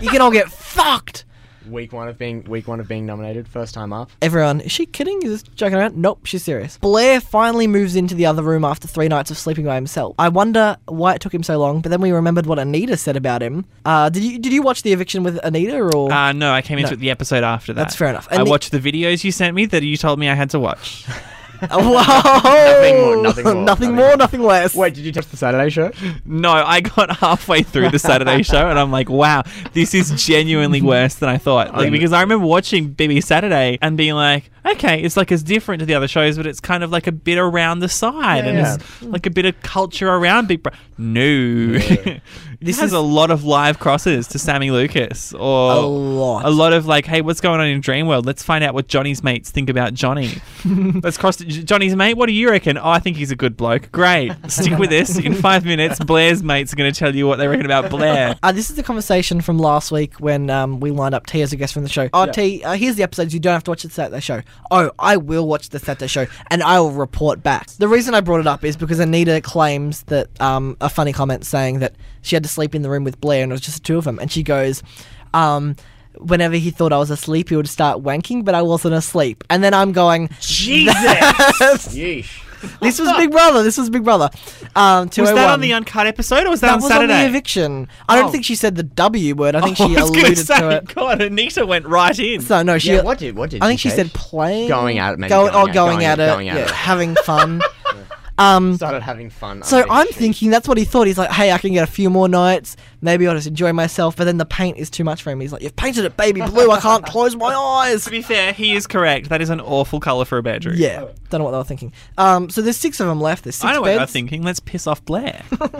Speaker 1: you can all get fucked.
Speaker 2: Week one of being week one of being nominated, first time up.
Speaker 1: Everyone, is she kidding? Is this joking around? Nope, she's serious. Blair finally moves into the other room after three nights of sleeping by himself. I wonder why it took him so long, but then we remembered what Anita said about him. Uh, did you did you watch the eviction with Anita or?
Speaker 3: Uh, no, I came into
Speaker 1: No.
Speaker 3: it the episode after that.
Speaker 1: That's fair enough. And
Speaker 3: I
Speaker 1: the-
Speaker 3: watched the videos you sent me that you told me I had to watch.
Speaker 2: (laughs)
Speaker 1: Whoa!
Speaker 2: more, nothing more,
Speaker 1: nothing
Speaker 2: nothing
Speaker 1: more,
Speaker 2: more.
Speaker 1: nothing less.
Speaker 2: Wait, did you touch the Saturday show?
Speaker 3: No, I got (laughs) halfway through the
Speaker 1: (laughs)
Speaker 3: Saturday show and I'm like, wow, this is genuinely worse than I thought. Like, because I remember watching BB Saturday and being like, okay, it's like it's different to the other shows, but it's kind of like a bit around the side and
Speaker 2: Yeah.
Speaker 3: it's like a bit of culture around Big Brother. No. (laughs) this
Speaker 1: This
Speaker 3: has
Speaker 1: is-
Speaker 3: a lot of live crosses to Sammy Lucas or
Speaker 1: A lot.
Speaker 3: a lot of (laughs) like, hey, what's going on in Dream World? Let's find out what Johnny's mates think about Johnny. Let's cross to J- Johnny's mate. What do you reckon? Oh, I think he's a good bloke. Great. Stick with this. In five minutes, Blair's mates are going to tell you what they reckon
Speaker 1: (laughs)
Speaker 3: about Blair.
Speaker 1: Uh, this is the conversation from last week when um, we lined up T as a guest from the show. Oh, T, uh, here's the episodes. You don't have to watch the Saturday show. Oh, I will watch the Saturday show and I will report back. The reason I brought it up is because Anita claims that um, a funny comment saying that she had to sleep in the room with Blair and it was just the two of them. And she goes, um, whenever he thought I was asleep, (laughs)
Speaker 3: (laughs)
Speaker 1: he would start wanking, but I wasn't asleep. And then I'm going,
Speaker 3: Jesus.
Speaker 2: Yeesh.
Speaker 1: this was Big Brother. This was Big Brother. Um,
Speaker 3: Was that on
Speaker 1: 201.
Speaker 3: the uncut episode or was that,
Speaker 1: That
Speaker 3: on
Speaker 1: was
Speaker 3: Saturday?
Speaker 1: on the eviction. I don't
Speaker 3: Oh.
Speaker 1: think she said the W word. I think
Speaker 3: (laughs) Oh,
Speaker 1: she
Speaker 3: I was gonna
Speaker 1: alluded
Speaker 3: say,
Speaker 1: to it.
Speaker 3: God, Anita went right in.
Speaker 1: So no, she. uh,
Speaker 2: yeah, what did what did
Speaker 1: I think she
Speaker 2: say?
Speaker 1: said playing,
Speaker 2: Going at it, maybe
Speaker 1: Go-
Speaker 2: going
Speaker 1: or going,
Speaker 2: at- going
Speaker 1: at,
Speaker 2: at-
Speaker 1: it,
Speaker 2: going at
Speaker 1: yeah,
Speaker 2: it. (laughs)
Speaker 1: having fun. um,
Speaker 2: started having fun.
Speaker 1: so
Speaker 2: under
Speaker 1: I'm
Speaker 2: the sheet.
Speaker 1: thinking that's what he thought. He's like, "Hey, I can get a few more nights. Maybe I'll just enjoy myself." But then the paint is too much for him. He's like, "You've painted it baby blue. I
Speaker 3: (laughs)
Speaker 1: can't close my eyes."
Speaker 3: to be fair, he is correct. That is an awful color for a bedroom.
Speaker 1: Yeah, don't know what they were thinking. Um, so there's six of them left. There's six
Speaker 3: I know what
Speaker 1: beds.
Speaker 3: they
Speaker 1: (laughs)
Speaker 2: (laughs)
Speaker 3: were thinking. Let's piss off Blair. Oh,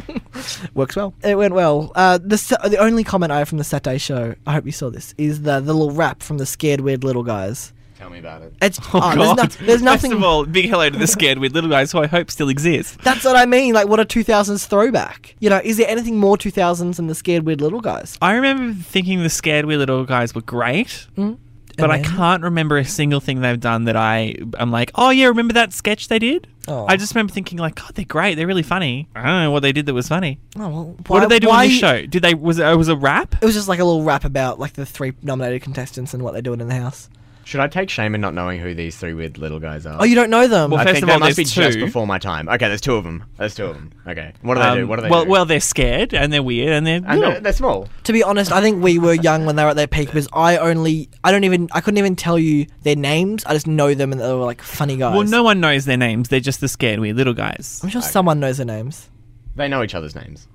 Speaker 2: works well.
Speaker 1: It went well. Uh, the sa- the only comment I have from the Saturday show, I hope you saw this, is the, the little rap from the scared weird little guys.
Speaker 2: Tell me about it.
Speaker 1: It's
Speaker 3: Oh,
Speaker 1: oh,
Speaker 3: God.
Speaker 1: there's, no- there's nothing.
Speaker 3: First of all, big hello to the scared weird little guys who I hope still exist.
Speaker 1: That's what I mean. Like, what a 2000s throwback. You know, is there anything more 2000s than the scared weird little guys?
Speaker 3: I remember thinking the scared weird little guys were great,
Speaker 1: Hmm? Mm.
Speaker 3: but
Speaker 1: And
Speaker 3: I
Speaker 1: then?
Speaker 3: can't remember a single thing they've done that I I'm like, oh yeah, remember that sketch they did?
Speaker 1: Oh.
Speaker 3: I just remember thinking like, God, they're great. They're really funny. I don't know what they did that was funny.
Speaker 1: Oh, well,
Speaker 3: what did they do on
Speaker 1: why-
Speaker 3: this show? Did they was it, it was a rap?
Speaker 1: It was just like a little rap about like the three nominated contestants and what they're doing in the house.
Speaker 2: Should I take shame in not knowing who these three weird little guys are?
Speaker 1: Oh, you don't know them.
Speaker 3: Well,
Speaker 2: I
Speaker 3: First
Speaker 2: think
Speaker 3: of
Speaker 2: that
Speaker 3: all,
Speaker 2: must be
Speaker 3: there's
Speaker 2: just
Speaker 3: two.
Speaker 2: before my time. Okay, there's two of them. There's two of them. Okay, what do they do?
Speaker 3: Um,
Speaker 2: What do they
Speaker 3: well,
Speaker 2: do?
Speaker 3: well, they're scared and they're weird and they're
Speaker 2: and
Speaker 3: little.
Speaker 2: they're, they're small.
Speaker 1: to be honest, I think we were young when they were at their peak because I only, I don't even, I couldn't even tell you their names. I just know them and they were like funny guys.
Speaker 3: well, no one knows their names. They're just the scared weird little guys.
Speaker 1: I'm sure someone knows their names.
Speaker 2: They know each
Speaker 1: (laughs)
Speaker 2: other's names.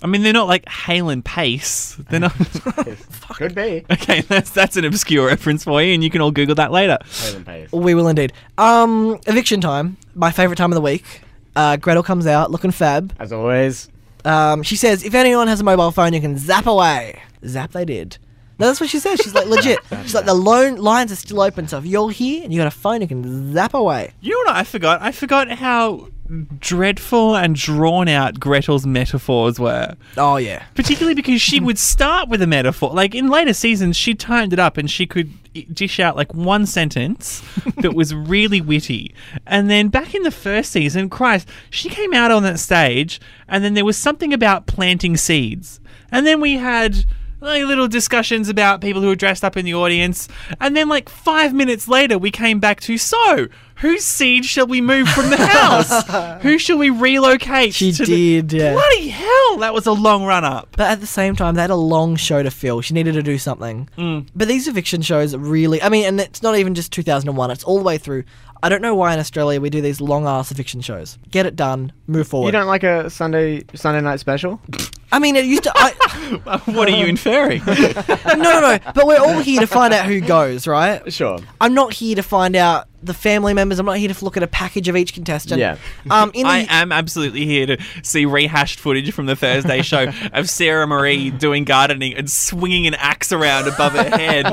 Speaker 3: I mean, they're not like Hale and Pace.
Speaker 1: (laughs)
Speaker 3: They're not. (laughs)
Speaker 2: Could be.
Speaker 3: okay, that's that's an obscure reference for you, and you can all Google that later.
Speaker 2: Hayden Pace.
Speaker 1: We will indeed. Um, eviction time, my favourite time of the week. Uh, Gretel comes out looking fab.
Speaker 2: As always,
Speaker 1: Um, she says, if anyone has a mobile phone, you can zap away. Zap, they did. No, that's what she says. She's like, (laughs) legit. She's like, the lone lines are still open. So if you're here and you got a phone, you can zap away.
Speaker 3: You know what I forgot? I forgot how dreadful and drawn out Gretel's metaphors were.
Speaker 1: Oh, yeah.
Speaker 3: Particularly because she would start with a metaphor. Like in later seasons, she timed it up and she could i- dish out like one sentence that was really witty. And then back in the first season, Christ, she came out on that stage and then there was something about planting seeds. And then we had like little discussions about people who were dressed up in the audience. And then like five minutes later, we came back to so. Whose seed shall we move from the house? Who shall we relocate?
Speaker 1: She
Speaker 3: to the-
Speaker 1: did, yeah.
Speaker 3: Bloody hell, that was a long run up.
Speaker 1: But at the same time, they had a long show to fill. She needed to do something. Mm. But these eviction shows really, I mean, and it's not even just 2001, it's all the way through. I don't know why in Australia we do these long ass eviction shows. Get it done, move forward.
Speaker 2: you don't like a Sunday Sunday night special?
Speaker 1: I mean, it used to. (laughs) I,
Speaker 3: (laughs) what are you (laughs) inferring?
Speaker 1: no, no, no. But we're all here to find out who goes, right?
Speaker 2: (laughs) Sure.
Speaker 1: I'm not here to find out the family members. I'm not here to look at a package of each contestant.
Speaker 2: Yeah.
Speaker 1: Um, in the,
Speaker 3: I am absolutely here to see rehashed footage from the Thursday show of Sarah Marie doing gardening and swinging an axe around above her (laughs) head,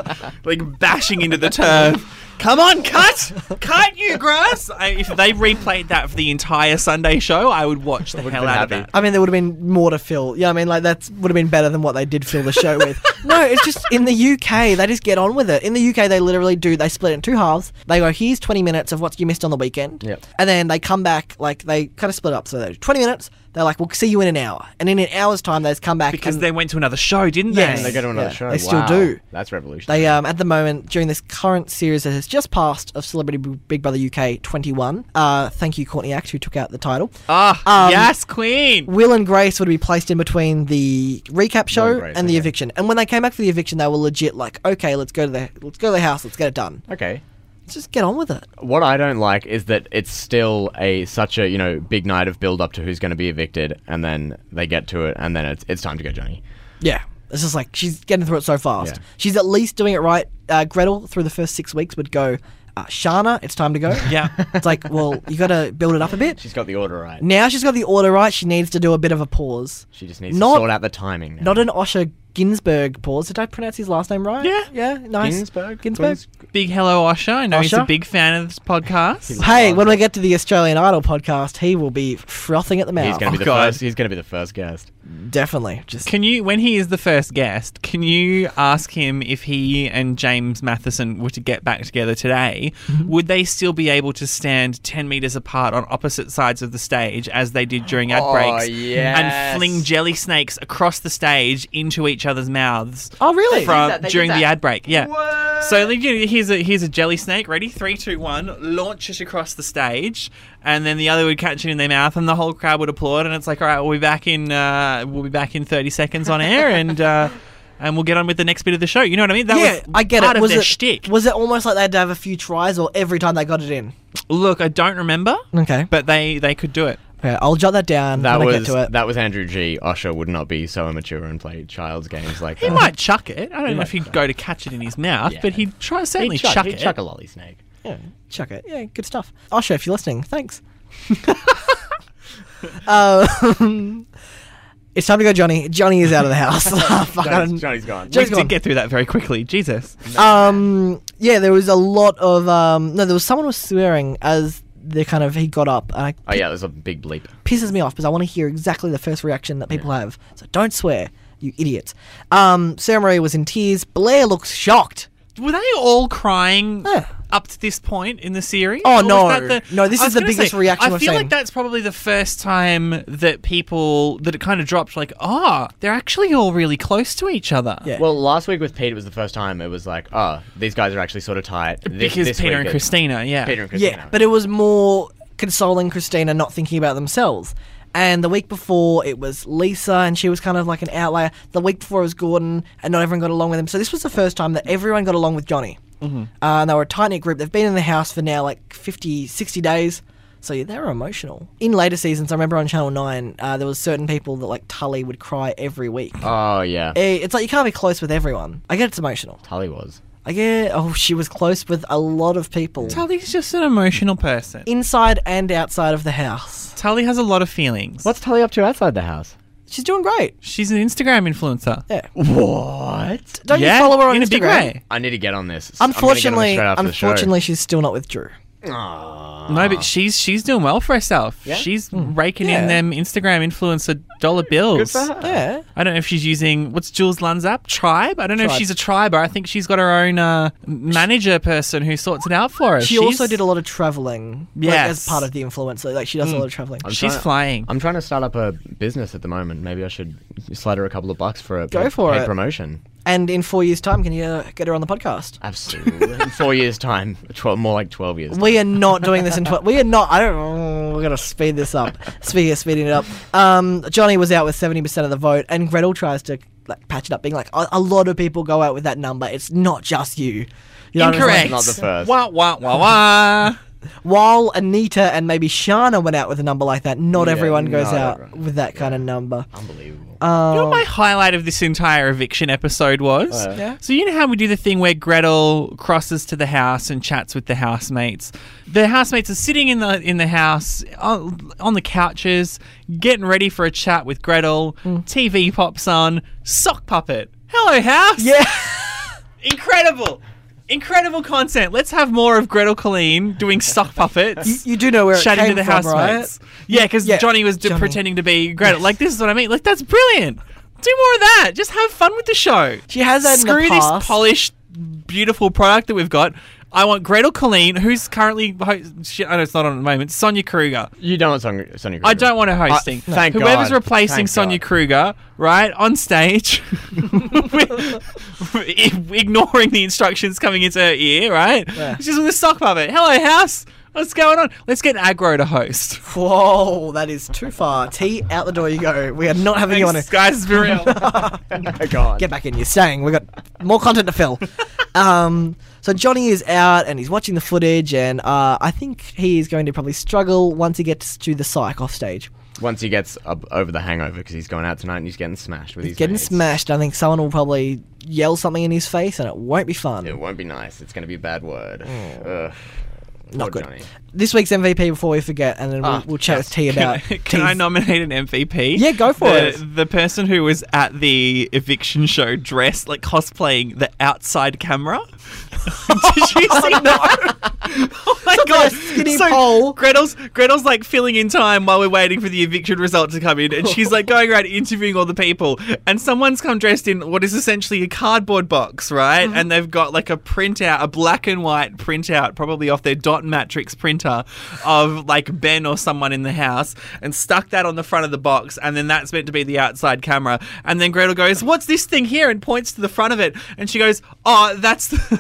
Speaker 3: like bashing into the turf. Come on, cut! Cut, you grass! I, if they replayed that for the entire Sunday show, I would watch the hell
Speaker 2: been
Speaker 3: out of
Speaker 2: happy.
Speaker 3: that.
Speaker 1: I mean, there would have been more to fill. Yeah, I mean, like that's would have been better than what they did fill the show with.
Speaker 2: (laughs)
Speaker 1: No, it's just in the UK they just get on with it. In the UK they literally do. They split it in two halves. They go, here's 20 minutes of what you missed on the weekend,
Speaker 2: Yep.
Speaker 1: and then they come back like they kind of split up. So they do 20 minutes. They're like, we'll see you in an hour, and in an hour's time they just come back
Speaker 3: Because
Speaker 1: and
Speaker 3: they went to another show, didn't
Speaker 1: Yes.
Speaker 3: they?
Speaker 2: They go to another
Speaker 1: Yeah,
Speaker 2: show.
Speaker 1: they still
Speaker 2: Wow.
Speaker 1: do.
Speaker 2: That's revolutionary.
Speaker 1: They um, at the moment during this current series that has just passed of Celebrity B- Big Brother UK 21. Uh, thank you, Courtney Act, who took out the title.
Speaker 2: Uh,
Speaker 3: Ah,
Speaker 1: Um,
Speaker 3: yes, Queen!
Speaker 1: Will and Grace would be placed in between the recap show
Speaker 2: and
Speaker 1: and,
Speaker 2: Grace,
Speaker 1: the
Speaker 2: okay.
Speaker 1: eviction. And when they came back for the eviction, they were legit like, okay, let's go to the let's go to the house, let's get it done.
Speaker 2: okay.
Speaker 1: Let's just get on with it.
Speaker 2: What I don't like is that it's still a such a you know big night of build up to who's going to be evicted, and then they get to it, and then it's it's time to go, Johnny.
Speaker 1: Yeah. It's just like she's getting through it so fast.
Speaker 2: Yeah.
Speaker 1: She's at least doing it right. Uh, Gretel through the first six weeks would go, uh, Shana, it's time to
Speaker 2: (laughs)
Speaker 1: go.
Speaker 3: Yeah.
Speaker 1: It's like, well, you got to build it up a bit.
Speaker 2: She's got the order right.
Speaker 1: Now she's got the order right. She needs to do a bit of a pause.
Speaker 2: She just needs
Speaker 1: Not-
Speaker 2: to sort out the timing. Now.
Speaker 1: Not an Osher Ginsburg pause. Did I pronounce his last name right?
Speaker 3: Yeah.
Speaker 1: Yeah. Nice.
Speaker 2: Ginsburg?
Speaker 1: Ginsburg.
Speaker 2: Queens-
Speaker 3: Big hello, Osha. I know he's a
Speaker 1: Osher?
Speaker 3: big fan of this podcast.
Speaker 1: Hey, when we get to the Australian Idol podcast, he will be frothing at the mouth. Oh,
Speaker 2: He's going to
Speaker 3: Oh,
Speaker 2: be the
Speaker 3: God.
Speaker 2: first. He's going to be the first guest.
Speaker 1: Definitely. Just
Speaker 3: Can you, when he is the first guest, can you ask him if he and James Matheson were to get back together today,
Speaker 2: Mm-hmm.
Speaker 3: would they still be able to stand 10 metres apart on opposite sides of the stage as they did during ad
Speaker 2: Oh,
Speaker 3: breaks
Speaker 2: yes.
Speaker 3: and fling jelly snakes across the stage into each other's mouths
Speaker 1: Oh, really?
Speaker 3: from,
Speaker 2: that, they did
Speaker 3: during the
Speaker 2: that.
Speaker 3: ad break? Yeah. So like, you know, here's a here's a jelly snake. Ready? Three, two, one. Launch it across the stage, and then the other would catch it in their mouth, and the whole crowd would applaud. And it's like, all right, we'll be back in uh, we'll be back in thirty seconds on air, and uh, (laughs) and we'll get on with the next bit of the show. You know what I mean? That
Speaker 1: yeah,
Speaker 3: was
Speaker 1: I get
Speaker 3: part
Speaker 1: it.
Speaker 3: Of
Speaker 1: Was
Speaker 3: their
Speaker 1: it
Speaker 3: shtick.
Speaker 1: was it almost like they had to have a few tries, or every time they got it in?
Speaker 3: Look, I don't remember,
Speaker 1: Okay,
Speaker 3: but they they could do it.
Speaker 1: Okay, I'll jot that down
Speaker 2: That
Speaker 1: when I
Speaker 2: was
Speaker 1: get to it.
Speaker 2: that was Andrew G. Usher would not be so immature and play child's games like
Speaker 3: He
Speaker 2: that.
Speaker 3: might chuck it. I don't know
Speaker 2: might
Speaker 3: if he'd go to catch it in his mouth,
Speaker 2: Yeah.
Speaker 3: but he'd try certainly
Speaker 2: He'd chuck,
Speaker 3: chuck
Speaker 2: he'd
Speaker 3: it.
Speaker 2: chuck a lolly snake.
Speaker 1: yeah, chuck it. Yeah, good stuff. Osher, if you're listening, thanks. (laughs) um, (laughs) it's time to go, Johnny. Johnny is out of the house. (laughs) Fuck, I don't-
Speaker 2: Johnny's, Johnny's gone.
Speaker 1: Just
Speaker 3: we
Speaker 1: gone.
Speaker 3: did get through that very quickly. Jesus.
Speaker 1: um, yeah, there was a lot of um, no, there was someone was swearing as the kind of he got up, and I
Speaker 2: Oh yeah, there's a big bleep.
Speaker 1: pisses me off because I want to hear exactly the first reaction that people have. So don't swear, you idiots. Um, Sarah Marie was in tears. Blair looks shocked.
Speaker 3: Were they all crying
Speaker 1: Yeah.
Speaker 3: up to this point in the series?
Speaker 1: Oh,
Speaker 3: Or was
Speaker 1: no.
Speaker 3: that
Speaker 1: No, this
Speaker 3: I
Speaker 1: is
Speaker 3: was
Speaker 1: the
Speaker 3: gonna
Speaker 1: biggest
Speaker 3: say,
Speaker 1: reaction
Speaker 3: I
Speaker 1: I've
Speaker 3: feel
Speaker 1: seen.
Speaker 3: like that's probably the first time that people that it kind of dropped. Like, ah, they're actually all really close to each other.
Speaker 1: Yeah.
Speaker 2: Well, last week with Pete, it was the first time it was like, oh, these guys are actually sort of tight. This,
Speaker 3: because
Speaker 2: this
Speaker 3: Peter
Speaker 2: week
Speaker 3: and
Speaker 2: it-
Speaker 3: Christina. Yeah.
Speaker 2: Peter and Christina.
Speaker 1: Yeah, but it was more consoling Christina not thinking about themselves. And the week before, it was Lisa, and she was kind of like an outlier. The week before, it was Gordon, and not everyone got along with him. So this was the first time that everyone got along with Johnny. Mm-hmm. Uh, and they were a tight knit group. They've been in the house for now like 50, 60 days. So yeah, they were emotional. In later seasons, I remember on Channel 9, uh, there was certain people that like Tully would cry every week.
Speaker 2: oh yeah,
Speaker 1: Eh, It's like you can't be close with everyone. I get it's emotional.
Speaker 2: Tully was.
Speaker 1: I get, oh, she was close with a lot of people
Speaker 3: Tully's just an emotional person.
Speaker 1: inside and outside of the house.
Speaker 3: Tully has a lot of feelings.
Speaker 2: What's Tully up to outside the house?
Speaker 1: She's doing great.
Speaker 3: She's an Instagram influencer.
Speaker 1: Yeah.
Speaker 2: What?
Speaker 1: Don't
Speaker 3: yeah,
Speaker 1: you follow her on
Speaker 3: in
Speaker 1: Instagram?
Speaker 3: a big way.
Speaker 2: I need to get on this. I'm gonna get on this
Speaker 1: Unfortunately,
Speaker 2: straight after the show.
Speaker 1: unfortunately, she's still not with Drew.
Speaker 2: Aw.
Speaker 3: No, but she's she's doing well for herself.
Speaker 2: Yeah?
Speaker 3: She's raking
Speaker 1: Hmm. Yeah.
Speaker 3: in them Instagram influencer dollar bills.
Speaker 2: Good for her.
Speaker 1: Yeah.
Speaker 3: I don't know if she's using what's Jules Lund's app Tribe. I don't know if
Speaker 1: Tribe.
Speaker 3: she's a triber. I think she's got her own uh, manager person who sorts it out for her.
Speaker 1: She
Speaker 3: Oh, she's,
Speaker 1: also did a lot of traveling. like, as
Speaker 3: Yes. Mm.
Speaker 1: part of the influencer. Like she does a lot of traveling.
Speaker 2: I'm
Speaker 3: She's
Speaker 2: trying-
Speaker 3: flying.
Speaker 2: I'm trying to start up a business at the moment. Maybe I should slide her a couple of bucks for a
Speaker 1: Go
Speaker 2: paid-
Speaker 1: for
Speaker 2: paid
Speaker 1: it.
Speaker 2: promotion.
Speaker 1: And in four years' time, can you uh, get her on the podcast?
Speaker 2: Absolutely. In four years' time. Twelve, more like twelve years.
Speaker 1: We are not doing this in tw- we are not. I don't. oh, We're gonna speed this up. Speed it, speeding it up. Um, Johnny was out with seventy percent of the vote, and Gretel tries to like patch it up, being like, a, a lot of people go out with that number. It's not just you. you know what I mean? Like,
Speaker 3: Incorrect.
Speaker 2: Not the first.
Speaker 3: Wah wah wah
Speaker 2: (laughs)
Speaker 3: wah.
Speaker 1: While Anita and maybe Shana went out with a number like that, not
Speaker 2: Yeah,
Speaker 1: everyone goes
Speaker 2: not
Speaker 1: out
Speaker 2: everyone.
Speaker 1: with that kind of number.
Speaker 2: Unbelievable.
Speaker 3: You know
Speaker 1: Um,
Speaker 3: what my highlight of this entire eviction episode was?
Speaker 2: Oh, yeah.
Speaker 1: Yeah.
Speaker 3: So you know how we do the thing where Gretel crosses to the house and chats with the housemates. The housemates are sitting in the in the house on, on the couches, getting ready for a chat with Gretel.
Speaker 2: Mm.
Speaker 3: TV pops on. Sock puppet. Hello,
Speaker 1: (laughs)
Speaker 3: house.
Speaker 1: yeah.
Speaker 3: Incredible. Incredible content. Let's have more of Gretel Colleen doing sock
Speaker 1: (laughs)
Speaker 3: puppets.
Speaker 1: you, you do know where it
Speaker 3: Chatting
Speaker 1: came
Speaker 3: to the
Speaker 1: from,
Speaker 3: housemates.
Speaker 1: right?
Speaker 3: Yeah, because
Speaker 1: Yeah,
Speaker 3: Johnny was d-
Speaker 1: Johnny.
Speaker 3: pretending to be Gretel. Like, this is what I mean. Like, that's brilliant. Do more of that. Just have fun with the show.
Speaker 1: She has that in the
Speaker 3: Screw
Speaker 1: past.
Speaker 3: this polished, beautiful product that we've got. I want Gretel Colleen, who's currently. Ho- shit, I know it's not on at the moment. Sonia Kruger.
Speaker 2: You don't want Sonia, Sonia
Speaker 3: I
Speaker 2: Kruger.
Speaker 3: don't want her hosting.
Speaker 2: Uh, thank
Speaker 3: Whoever's
Speaker 2: God.
Speaker 3: replacing
Speaker 2: Thank
Speaker 3: Sonia
Speaker 2: God.
Speaker 3: Kruger, right, on stage, (laughs) with- ignoring the instructions coming into her ear, right?
Speaker 1: Yeah.
Speaker 3: She's with a sock puppet. Hello, house. What's going on? Let's get aggro to host.
Speaker 1: Whoa, that is too far. T out the door you go. We are not having you on.
Speaker 3: Thanks,
Speaker 1: it.
Speaker 3: guys, it's
Speaker 1: (laughs)
Speaker 3: been real.
Speaker 2: Oh, God.
Speaker 1: Get back in. You're staying. We got more content to fill. um, so Johnny is out and he's watching the footage, and uh, I think he is going to probably struggle once he gets to the psych off stage.
Speaker 2: Once he gets up over the hangover because he's going out tonight and he's getting smashed with
Speaker 1: He's
Speaker 2: his
Speaker 1: getting
Speaker 2: mates.
Speaker 1: smashed. I think someone will probably yell something in his face, and it won't be fun.
Speaker 2: It won't be nice. It's going to be a bad word. Ugh.
Speaker 1: Oh. Not
Speaker 2: Poor
Speaker 1: good.
Speaker 2: Johnny.
Speaker 1: This week's MVP before we forget, and then we'll,
Speaker 2: Ah,
Speaker 1: we'll chat with T
Speaker 3: (laughs) Can,
Speaker 1: about.
Speaker 3: I- can I
Speaker 1: T's-
Speaker 3: nominate an MVP?
Speaker 1: Yeah, go for
Speaker 3: the,
Speaker 1: it.
Speaker 3: The person who was at the eviction show dressed like cosplaying the outside camera. (laughs) Did
Speaker 1: (laughs)
Speaker 3: you see that? (laughs) oh my
Speaker 1: Something like
Speaker 3: god!
Speaker 1: a skinny pole.
Speaker 3: Gretel's Gretel's like filling in time while we're waiting for the eviction result to come in, and she's like going around interviewing all the people. And someone's come dressed in what is essentially a cardboard box, right? And they've got like a printout, a black and white printout, probably off their dot matrix printer, of like Ben or someone in the house, and stuck that on the front of the box. And then that's meant to be the outside camera. And then Gretel goes, "What's this thing here?" and points to the (laughs) front of it, and she goes, "Oh, that's." The-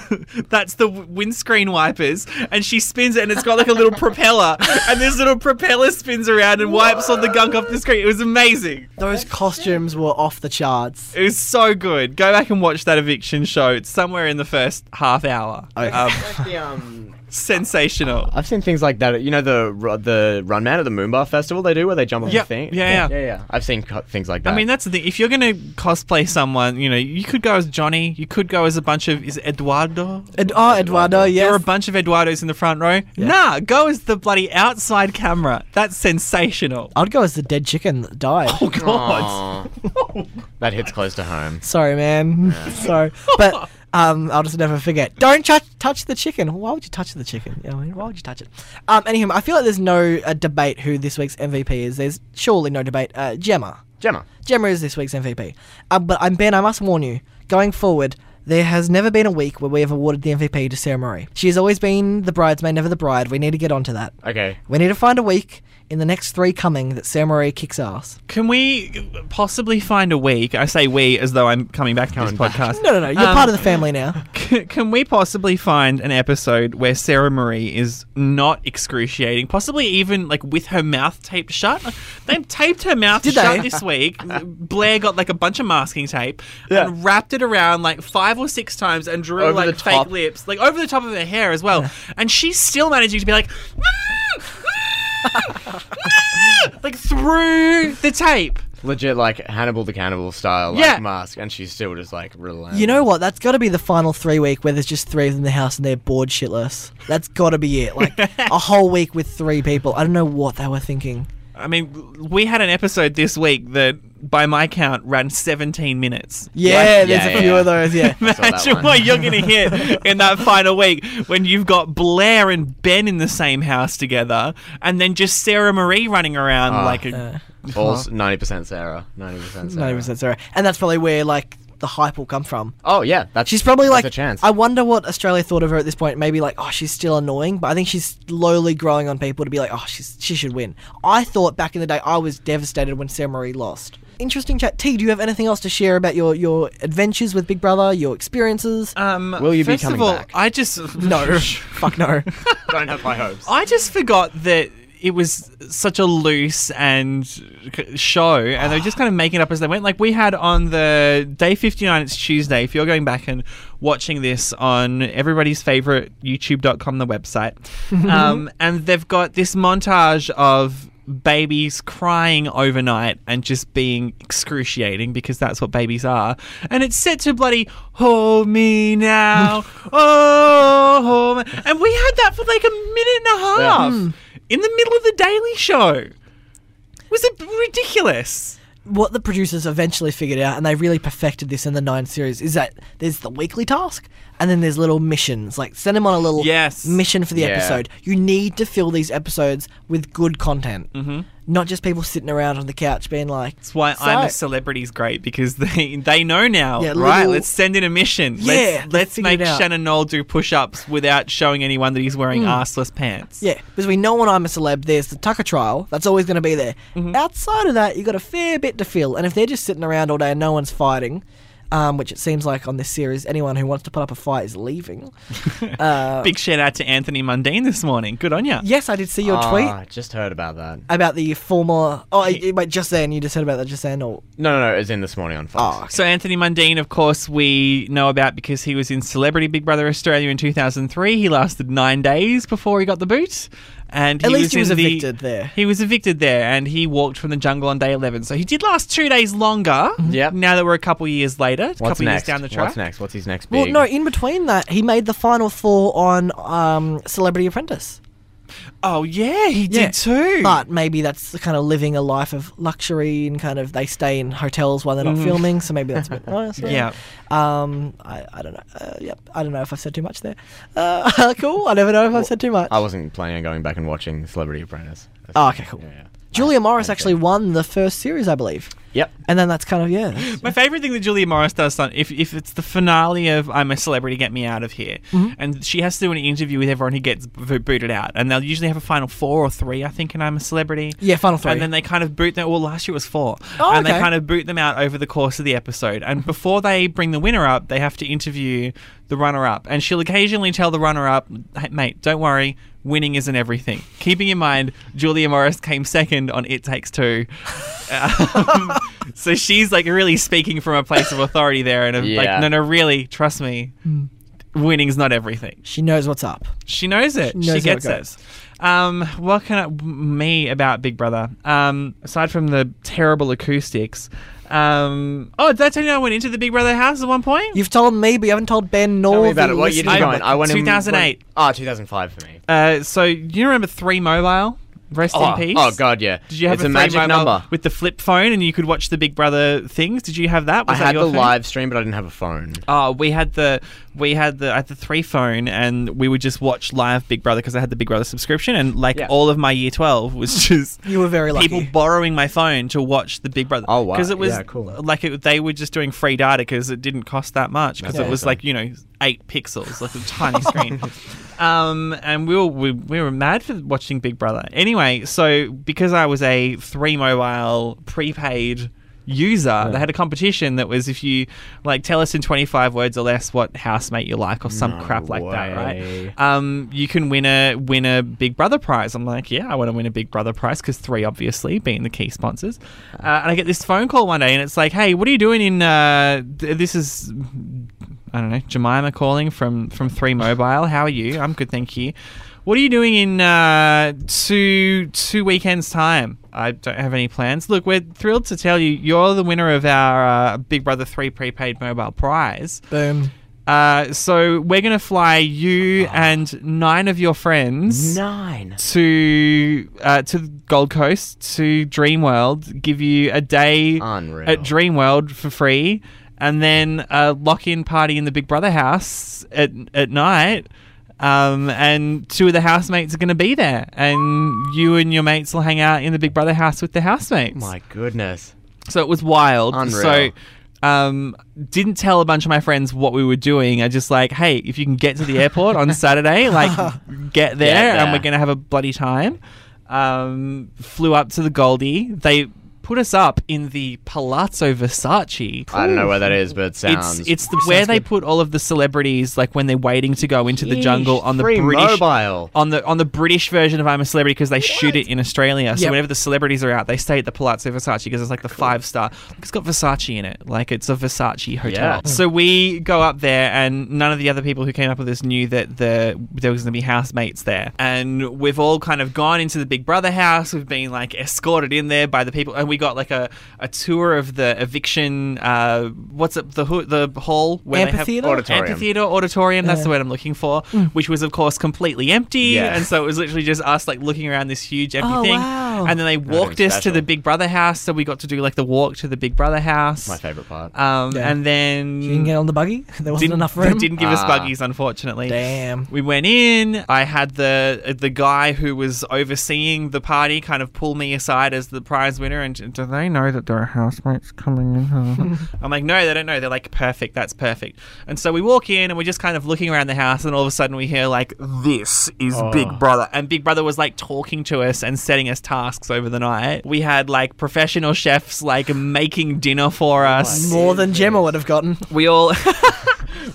Speaker 3: that's the w- windscreen wipers, and she spins it, and it's got like a little propeller, and this little propeller spins around and wipes all the gunk off the screen. It was amazing.
Speaker 1: Those costumes were off the charts.
Speaker 3: It was so good. Go back and watch that eviction show. It's somewhere in the first half hour.
Speaker 2: Okay.
Speaker 3: Um,
Speaker 2: the, um,
Speaker 3: sensational.
Speaker 2: I've seen things like that. You know the ru- the Run Man at the Moomba Festival. They do where they jump on
Speaker 3: Yeah,
Speaker 2: the thing.
Speaker 3: yeah, yeah.
Speaker 2: yeah, I've seen co- things like that.
Speaker 3: I mean, that's the thing. If you're going to cosplay someone, you know, you could go as Johnny. You could go as a bunch of is it Eduardo.
Speaker 1: Ed- oh, Eduardo,
Speaker 3: There were a
Speaker 1: yes.
Speaker 3: bunch of Eduardos in the front row. Nah, go as the bloody outside camera. That's sensational.
Speaker 1: I'd go as the dead chicken that died.
Speaker 3: (laughs) Oh God.
Speaker 2: Aw. that hits close to home.
Speaker 1: Sorry, man. (laughs) Sorry, but um, I'll just never forget. Don't touch touch the chicken. Why would you touch the chicken? You know, why would you touch it? Um, anyhow, I feel like there's no uh, debate who this week's MVP is. There's surely no debate. Uh, Gemma.
Speaker 2: Gemma.
Speaker 1: Gemma is this week's MVP. Um, but I'm Ben. I must warn you. Going forward, there has never been a week where we have awarded the MVP to Sarah Murray. She has always been the bridesmaid, never the bride. We need to get onto that.
Speaker 2: Okay.
Speaker 1: We need to find a week in the next three coming that Sarah Murray kicks ass.
Speaker 3: (laughs) Can we possibly find a week? I say we as though I'm coming back to this
Speaker 2: Coming back.
Speaker 3: podcast.
Speaker 1: No, no, no. You're
Speaker 3: Um,
Speaker 1: part of the family now.
Speaker 3: C- can we possibly find an episode where Sarah Marie is not excruciating, possibly even like with her mouth taped shut? Like, They taped her mouth
Speaker 1: Did
Speaker 3: shut
Speaker 1: they?
Speaker 3: this week. Blair got like a bunch of masking tape
Speaker 2: Yeah.
Speaker 3: and wrapped it around like five or six times and drew
Speaker 2: Over the
Speaker 3: like fake
Speaker 2: top.
Speaker 3: lips, like over the top of her hair as well. And she's still managing to be like, (laughs) like through the tape.
Speaker 2: Legit like Hannibal the Cannibal style like,
Speaker 3: Yeah.
Speaker 2: mask, and she's still just like relentless.
Speaker 1: You know what? That's got to be the final three week where there's just three of them in the house and they're bored shitless. That's got to be it. Like (laughs) a whole week with three people. I don't know what they were thinking.
Speaker 3: I mean, we had an episode this week that, by my count, ran 17 minutes.
Speaker 1: Yeah,
Speaker 2: Like-
Speaker 1: there's
Speaker 2: yeah,
Speaker 1: a few
Speaker 2: yeah.
Speaker 1: of those. (laughs) Yeah.
Speaker 2: saw that
Speaker 3: (laughs) Imagine
Speaker 2: one.
Speaker 3: what you're going to hear in that final week when you've got Blair and Ben in the same house together, and then just Sarah Marie running around
Speaker 2: Ah.
Speaker 3: like a.
Speaker 1: Uh,
Speaker 2: All ninety percent Sarah. Ninety percent Sarah.
Speaker 1: Not even said sorry. And that's probably where like the hype will come from.
Speaker 2: Oh yeah, that's
Speaker 1: She's probably
Speaker 2: that's
Speaker 1: like.
Speaker 2: a chance.
Speaker 1: I wonder what Australia thought of her at this point. Maybe like, oh, she's still annoying, but I think she's slowly growing on people to be like, oh, she's she should win. I thought back in the day, I was devastated when Sarah Marie lost. Interesting chat. T, do you have anything else to share about your your adventures with Big Brother, your experiences?
Speaker 2: Uh,
Speaker 3: Um,
Speaker 2: Will you be
Speaker 3: first
Speaker 2: coming
Speaker 3: of all,
Speaker 2: back?
Speaker 3: I just.
Speaker 1: (laughs) no, (laughs) fuck
Speaker 2: (laughs)
Speaker 1: no.
Speaker 2: don't have my hopes.
Speaker 3: (laughs) I just forgot that it was such a loose and c- show, and they were just kind of making it up as they went. Like we had on the day fifty nine, it's Tuesday. If you're going back and watching this on everybody's favorite YouTube.com, the website, um, and they've got this montage of babies crying overnight and just being excruciating because that's what babies are. And it's set to bloody hold
Speaker 1: (laughs)
Speaker 3: me now. oh, hold me. and we had that for like a minute and a half
Speaker 1: Hmm.
Speaker 3: in the middle of the Daily Show. It was it ridiculous?
Speaker 1: what the producers eventually figured out, and they really perfected this in the nine series, is that there's the weekly task, and then there's little missions. Like send them on a little
Speaker 3: Yes.
Speaker 1: mission for the
Speaker 2: Yeah.
Speaker 1: episode. You need to fill these episodes with good content, mm-hmm. not just people sitting around on the couch being like,
Speaker 3: That's why I'm a
Speaker 1: So-
Speaker 3: celebrity's great because (laughs) they they know now,
Speaker 1: Yeah,
Speaker 3: right?
Speaker 1: little-
Speaker 3: let's send in a mission.
Speaker 1: Yeah,
Speaker 3: let's, let's
Speaker 1: figure it
Speaker 3: make
Speaker 1: out. Hmm.
Speaker 3: Shannon Knoll do push-ups without showing anyone that he's wearing arseless pants.
Speaker 1: Yeah, because we know when I'm a celeb, there's the Tucker trial. That's always going to be there.
Speaker 3: Mm-hmm.
Speaker 1: Outside of that, you've got a fair bit to fill. And if they're just sitting around all day and no one's fighting, um, which it seems like on this series, anyone who wants to put up a fight is
Speaker 3: (laughs)
Speaker 1: leaving. (laughs) uh,
Speaker 3: Big shout out to Anthony Mundine this morning. Good on ya.
Speaker 1: yes, I did see your
Speaker 2: Ah,
Speaker 1: tweet.
Speaker 2: Just heard about that.
Speaker 1: about the former. Oh, you- wait, just then you just said about that just then, or
Speaker 2: No, no, no. It was in this morning on Fox.
Speaker 1: oh, okay.
Speaker 3: So Anthony Mundine, of course, we know about because he was in Celebrity Big Brother Australia in 2003. He lasted nine days before he got the boot, and
Speaker 1: at
Speaker 3: he
Speaker 1: least he was
Speaker 3: in the-
Speaker 1: evicted there.
Speaker 3: He was evicted there, and he walked from the jungle on day 11. So he did last two days longer.
Speaker 1: Mm-hmm.
Speaker 2: Yep.
Speaker 3: Now that we're a couple years later, a
Speaker 2: What's
Speaker 3: couple
Speaker 2: next?
Speaker 3: years down the track.
Speaker 2: What's next? What's his next
Speaker 1: Well,
Speaker 2: big?
Speaker 1: no, in between that, he made the final four on um, Celebrity Apprentice.
Speaker 3: Oh yeah, he
Speaker 1: Yeah.
Speaker 3: did too.
Speaker 1: But maybe that's the kind of living a life of luxury and kind of they stay in hotels while they're not filming, so maybe that's a
Speaker 3: (laughs)
Speaker 1: bit nice.
Speaker 3: Mm-hmm. yeah.
Speaker 1: Um, I, I don't know. Uh, yep, I don't know if I've said too much there. Uh, (laughs) cool. I never know if I've said too much.
Speaker 2: I wasn't planning on going back and watching Celebrity Apprentice.
Speaker 1: Oh, okay, cool.
Speaker 2: Yeah, yeah.
Speaker 1: Julia Morris
Speaker 2: I- I
Speaker 1: actually
Speaker 2: think-
Speaker 1: won the first series, I believe.
Speaker 2: Yep.
Speaker 1: And then that's kind of
Speaker 3: (laughs)
Speaker 1: yeah.
Speaker 3: My favorite thing that Julia Morris does, son, if, if it's the finale of I'm a Celebrity, Get Me Out of Here,
Speaker 1: Mm-hmm.
Speaker 3: and she has to do an interview with everyone who gets b- booted out, and they'll usually have a final four or three, I think, and I'm a Celebrity.
Speaker 1: Yeah, final three. (laughs)
Speaker 3: And then they kind of boot them. Well, last year was four,
Speaker 1: Oh,
Speaker 3: and
Speaker 1: okay.
Speaker 3: they kind of boot them out over the course of the episode. And before they bring the winner up, they have to interview the runner-up, and she'll occasionally tell the runner-up, "Hey, mate, don't worry." Winning isn't everything. Keeping in mind, Julia Morris came second on It Takes Two. Um, so she's like really speaking from a place of authority there, and
Speaker 2: Yeah.
Speaker 3: like, no, no, really, trust me,
Speaker 1: Hmm.
Speaker 3: winning's not everything.
Speaker 1: she knows what's up.
Speaker 3: She knows it. She,
Speaker 1: knows how it
Speaker 3: gets
Speaker 1: goes.
Speaker 3: it. Um, what can I, me about Big Brother? Um, aside from the terrible acoustics, um, oh, did I tell you I went into the Big Brother house at one point?
Speaker 1: You've told me, but you haven't told Ben nor
Speaker 2: Tell me about
Speaker 1: the
Speaker 2: it. What year did you
Speaker 1: listeners.
Speaker 2: go in? I went in
Speaker 3: 2008.
Speaker 2: Ah, 2005 for me.
Speaker 3: Uh, so you remember Three Mobile? Rest
Speaker 2: oh,
Speaker 3: in peace.
Speaker 2: oh god, yeah.
Speaker 3: Did you have
Speaker 2: it's
Speaker 3: a,
Speaker 2: a
Speaker 3: Three
Speaker 2: magic
Speaker 3: Mobile
Speaker 2: number?
Speaker 3: with the flip phone, and you could watch the Big Brother things? Did you have that?
Speaker 2: I
Speaker 3: Was that
Speaker 2: had the
Speaker 3: your thing?
Speaker 2: live stream, but I didn't have a phone.
Speaker 3: Oh, we had the we had the I had the three phone, and we would just watch live Big Brother because I had the Big Brother subscription, and like
Speaker 2: Yeah.
Speaker 3: all of my year twelve
Speaker 1: (laughs)
Speaker 3: was just
Speaker 1: You were very lucky.
Speaker 3: people borrowing my phone to watch the Big Brother.
Speaker 2: Oh, wow.
Speaker 3: Because it was
Speaker 2: Yeah, cool.
Speaker 3: like it, they were just doing free data because it didn't cost that much because
Speaker 2: That's
Speaker 3: it was
Speaker 2: awesome.
Speaker 3: like you know eight pixels, like a tiny screen. Um, and we were we, we were mad for watching Big Brother. Anyway, so because I was a three mobile prepaid user, they had a competition that was if you like tell us in twenty five words or less what housemate you like or some
Speaker 2: No
Speaker 3: crap like that,
Speaker 2: way.
Speaker 3: right? um, you can win a win a Big Brother prize. I'm like, yeah, I want to win a Big Brother prize because three, obviously, being the key sponsors. Uh, and I get this phone call one day, and it's like, hey, what are you doing in? Uh, th- this is, I don't know, Jemima calling from from Three Mobile. How are you? I'm good, thank you. What are you doing in uh, two two weekends time? I don't have any plans. Look, we're thrilled to tell you you're the winner of our uh, Big Brother Three prepaid mobile prize.
Speaker 1: Boom.
Speaker 3: Uh, so we're gonna fly you
Speaker 2: Ah.
Speaker 3: and nine of your friends
Speaker 2: Nine.
Speaker 3: to uh, to Gold Coast to Dreamworld. Give you a day
Speaker 2: Unreal.
Speaker 3: at Dreamworld for free, and then a lock-in party in the Big Brother house at at night. Um, and two of the housemates are going to be there, and you and your mates will hang out in the Big Brother house with the housemates.
Speaker 2: My goodness.
Speaker 3: So it was wild.
Speaker 2: Unreal.
Speaker 3: So um, didn't tell a bunch of my friends what we were doing. I just like, hey, if you can get to the
Speaker 2: (laughs)
Speaker 3: airport on Saturday, like get there,
Speaker 2: there.
Speaker 3: and we're gonna have a bloody time. Um, flew up to the Goldie. They put us up in the Palazzo Versace.
Speaker 2: I don't know where that is, but it sounds.
Speaker 3: It's it's the, where they put all of the celebrities like when they're waiting to go into the jungle on the
Speaker 2: Free
Speaker 3: British
Speaker 2: mobile.
Speaker 3: on the on the British version of I'm a Celebrity because they shoot it in Australia. So
Speaker 1: Yep.
Speaker 3: whenever the celebrities are out, they stay at the Palazzo Versace because it's like the five star. It's got Versace in it, like it's a Versace hotel.
Speaker 2: Yeah.
Speaker 3: So we go up there, and none of the other people who came up with this knew that the there was going to be housemates there. And we've all kind of gone into the Big Brother house. We've been like escorted in there by the people, and we got like a, a tour of the eviction. Uh, what's it? The ho- the hall where
Speaker 1: Amphitheatre?
Speaker 3: They have, Mm.
Speaker 2: Auditorium.
Speaker 3: Amphitheatre auditorium. That's the word I'm looking for, which was of course completely empty.
Speaker 2: Yeah.
Speaker 3: And so it was literally just us like looking around this huge empty
Speaker 1: Oh,
Speaker 3: thing.
Speaker 1: wow.
Speaker 3: And then they walked
Speaker 2: even
Speaker 3: us to
Speaker 2: special.
Speaker 3: the Big Brother house. So we got to do like the walk to the Big Brother house.
Speaker 2: my favorite part.
Speaker 3: Um,
Speaker 1: Yeah.
Speaker 3: And then
Speaker 1: You didn't get on the buggy. (laughs) There wasn't
Speaker 3: didn't- (laughs)
Speaker 1: enough
Speaker 3: they
Speaker 1: room.
Speaker 3: didn't give us
Speaker 2: Ah.
Speaker 3: buggies, unfortunately.
Speaker 1: Damn.
Speaker 3: We went in. I had the uh, the guy who was overseeing the party kind of pull me aside as the prize winner. And do they know that there are housemates coming in? I'm like, no, they don't know. They're like, perfect. That's perfect. And so we walk in and we're just kind of looking around the house. And all of a sudden we hear like, this is Big Brother. And Big Brother was like talking to us and setting us tasks over the night. We had like professional chefs like making dinner for us
Speaker 1: More than Gemma would have gotten.
Speaker 3: we all (laughs)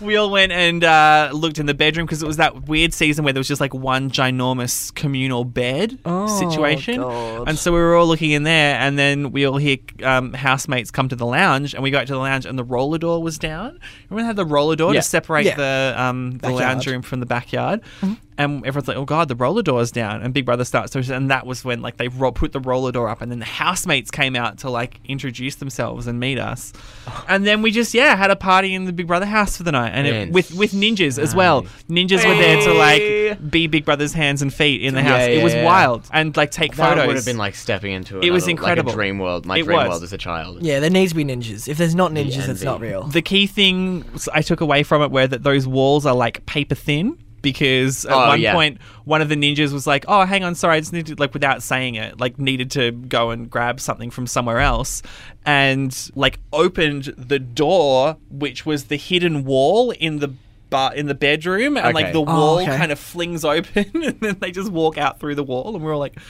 Speaker 3: we all went and uh, looked in the bedroom because it was that weird season where there was just like one ginormous communal bed situation,
Speaker 1: Oh, God.
Speaker 3: and so we were all looking in there, and then we all hear um, housemates come to the lounge, and we go out to the lounge, and the roller door was down. Remember how the roller door
Speaker 2: Yeah.
Speaker 3: to separate
Speaker 1: Yeah.
Speaker 3: the um, the
Speaker 1: Backyard.
Speaker 3: lounge room from the backyard.
Speaker 2: Mm-hmm.
Speaker 3: And everyone's like, "Oh God, the roller door's down!" And Big Brother starts to, and that was when like they ro- put the roller door up, and then the housemates came out to like introduce themselves and meet us,
Speaker 2: Oh.
Speaker 3: and then we just yeah had a party in the Big Brother house for the night, and it,
Speaker 2: Man,
Speaker 3: with with ninjas as well. Ninjas were there to like be Big Brother's hands and feet in the house.
Speaker 2: yeah,
Speaker 3: it was
Speaker 2: yeah.
Speaker 3: wild, and like take
Speaker 2: that
Speaker 3: photos.
Speaker 2: would have been like stepping into
Speaker 3: It was
Speaker 2: another-
Speaker 3: incredible.
Speaker 2: Like a dream world. My
Speaker 3: It
Speaker 2: dream
Speaker 3: was.
Speaker 2: world as a child.
Speaker 1: Yeah, there needs to be ninjas. If there's not ninjas, it's
Speaker 2: envy.
Speaker 1: not real.
Speaker 3: the key thing I took away from it were that those walls are like paper thin. because at
Speaker 2: Oh,
Speaker 3: one
Speaker 2: yeah.
Speaker 3: point one of the ninjas was like, "Oh, hang on, sorry, I just need to like without saying it, like needed to go and grab something from somewhere else." And like opened the door which was the hidden wall in the bar in the bedroom and like
Speaker 2: Okay.
Speaker 3: the
Speaker 2: Oh,
Speaker 3: wall
Speaker 1: okay.
Speaker 3: kind of flings open (laughs) and then they just walk out through the wall and we're all like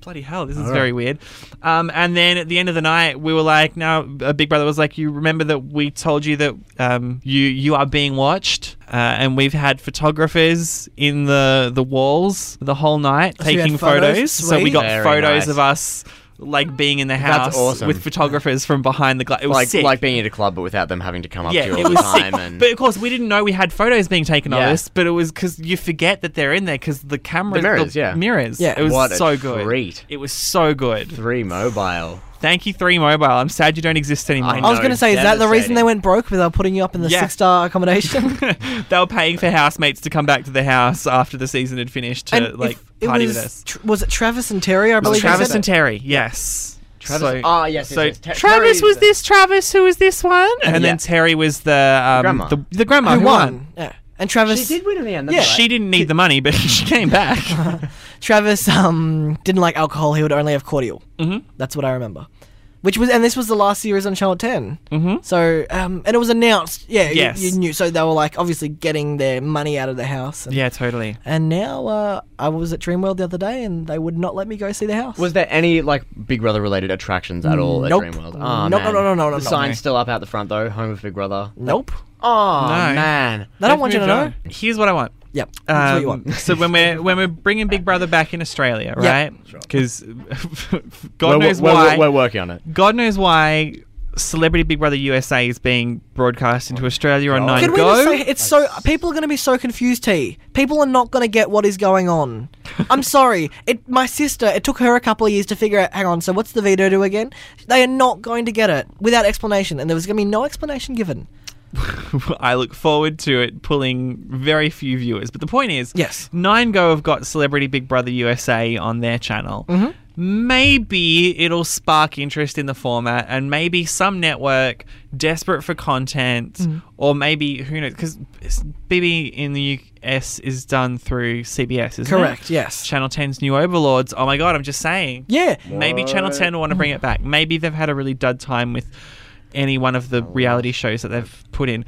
Speaker 3: bloody hell this is very weird um, and then at the end of the night we were like now uh, big brother was like you remember that we told you that um, you you are being watched uh, and we've had photographers in the the walls the whole night
Speaker 1: you had
Speaker 3: taking
Speaker 1: photos?
Speaker 3: photos, so we
Speaker 1: Sweet.
Speaker 3: got
Speaker 2: Very
Speaker 3: photos
Speaker 2: nice.
Speaker 3: of us like being in the house
Speaker 2: That's awesome.
Speaker 3: with photographers from behind the glass it was
Speaker 2: like
Speaker 3: sick.
Speaker 2: like being at a club, but without them having to come up
Speaker 3: yeah,
Speaker 2: to you all
Speaker 3: it was
Speaker 2: the time.
Speaker 3: (laughs) sick.
Speaker 2: And
Speaker 3: But of course, we didn't know we had photos being taken
Speaker 2: Yeah.
Speaker 3: of us. But it was because you forget that they're in there because the cameras,
Speaker 2: The mirrors, yeah.
Speaker 3: mirrors.
Speaker 1: Yeah.
Speaker 3: it was
Speaker 2: What a
Speaker 3: so good.
Speaker 2: treat.
Speaker 3: It was so good.
Speaker 2: three mobile.
Speaker 3: Thank you, Three Mobile. I'm sad you don't exist anymore.
Speaker 2: I
Speaker 1: I was
Speaker 2: No,
Speaker 1: going to say, is that the reason
Speaker 2: devastating.
Speaker 1: they went broke? Without putting you up in the
Speaker 3: Yeah.
Speaker 1: six-star accommodation?
Speaker 3: (laughs) they were paying for housemates to come back to the house after the season had finished (laughs) to
Speaker 1: if
Speaker 3: like
Speaker 1: it
Speaker 3: party
Speaker 1: was,
Speaker 3: with us.
Speaker 1: Tr- was it Travis and Terry? I believe they
Speaker 3: Travis
Speaker 1: said?
Speaker 3: and Terry, yes. So-
Speaker 2: ah, yes, yes,
Speaker 3: so
Speaker 2: yes. Ter-
Speaker 3: Travis
Speaker 2: Terry's
Speaker 3: was
Speaker 2: the-
Speaker 3: this Travis, who was this one, and
Speaker 2: Yeah.
Speaker 3: then Terry was the um,
Speaker 2: Grandma.
Speaker 3: The, the grandma
Speaker 1: who
Speaker 3: who
Speaker 1: won? Yeah. And Travis,
Speaker 2: She did win in the end.
Speaker 1: Yeah.
Speaker 2: That's right.
Speaker 3: She didn't need the money, but (laughs) she came back.
Speaker 1: (laughs) Travis um, didn't like alcohol. He would only have cordial.
Speaker 3: Mhm.
Speaker 1: That's what I remember. Which was, and this was the last series on Channel 10.
Speaker 3: Mhm.
Speaker 1: So, um, and it was announced. Yeah, you-
Speaker 3: Yes.
Speaker 1: you, knew. So they were like, obviously, getting their money out of the house. And,
Speaker 3: Yeah, totally.
Speaker 1: And now uh, I was at Dreamworld the other day, and they would not let me go see the house.
Speaker 2: Was there any like Big Brother related attractions at all
Speaker 1: Nope.
Speaker 2: at Dreamworld? Oh,
Speaker 1: Nope, no,
Speaker 2: man.
Speaker 1: no, no, no, no,
Speaker 2: The
Speaker 1: no.
Speaker 2: sign's still up out the front though, home of Big Brother.
Speaker 1: nope.
Speaker 2: Oh
Speaker 3: No.
Speaker 2: man.
Speaker 1: They don't want you to know.
Speaker 3: Here's what I want.
Speaker 1: Yep. That's what you
Speaker 3: Um,
Speaker 1: want.
Speaker 3: so when we're when we're bringing Big Brother back in Australia, right? Because (laughs) God
Speaker 2: we're,
Speaker 3: knows
Speaker 2: we're,
Speaker 3: why.
Speaker 2: We're, we're working on it.
Speaker 3: God knows why. Celebrity Big Brother USA is being broadcast into Australia on
Speaker 2: God.
Speaker 3: Nine
Speaker 1: Can we
Speaker 3: Go.
Speaker 1: just say it's so people are going to be so confused? T. People are not going to get what is going
Speaker 3: (laughs)
Speaker 1: on. I'm sorry. It my sister. It took her a couple of years to figure out. Hang on. So what's the veto do again? They are not going to get it without explanation, and there was going to be no explanation given.
Speaker 3: (laughs) I look forward to it pulling very few viewers. But the point is,
Speaker 1: Yes.
Speaker 3: Nine Go have got Celebrity Big Brother USA on their channel.
Speaker 1: Mm-hmm.
Speaker 3: Maybe it'll spark interest in the format, and maybe some network desperate for content,
Speaker 1: Mm-hmm.
Speaker 3: or maybe who knows? Because BB in the US is done through CBS, isn't
Speaker 1: Correct.
Speaker 3: it?
Speaker 1: Yes.
Speaker 3: Channel 10's New Overlords. Oh my God, I'm just saying.
Speaker 1: Yeah.
Speaker 3: Maybe Channel 10 will want to bring it back. Maybe they've had a really dud time with any one of the reality shows that they've put in.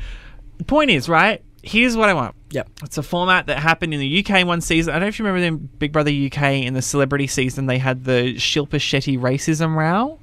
Speaker 3: The point is, right? Here's what I want.
Speaker 1: Yep.
Speaker 3: It's a format that happened in the UK one season. I don't know if you remember them Big Brother UK in the celebrity season, they had the Shilpa Shetty racism row,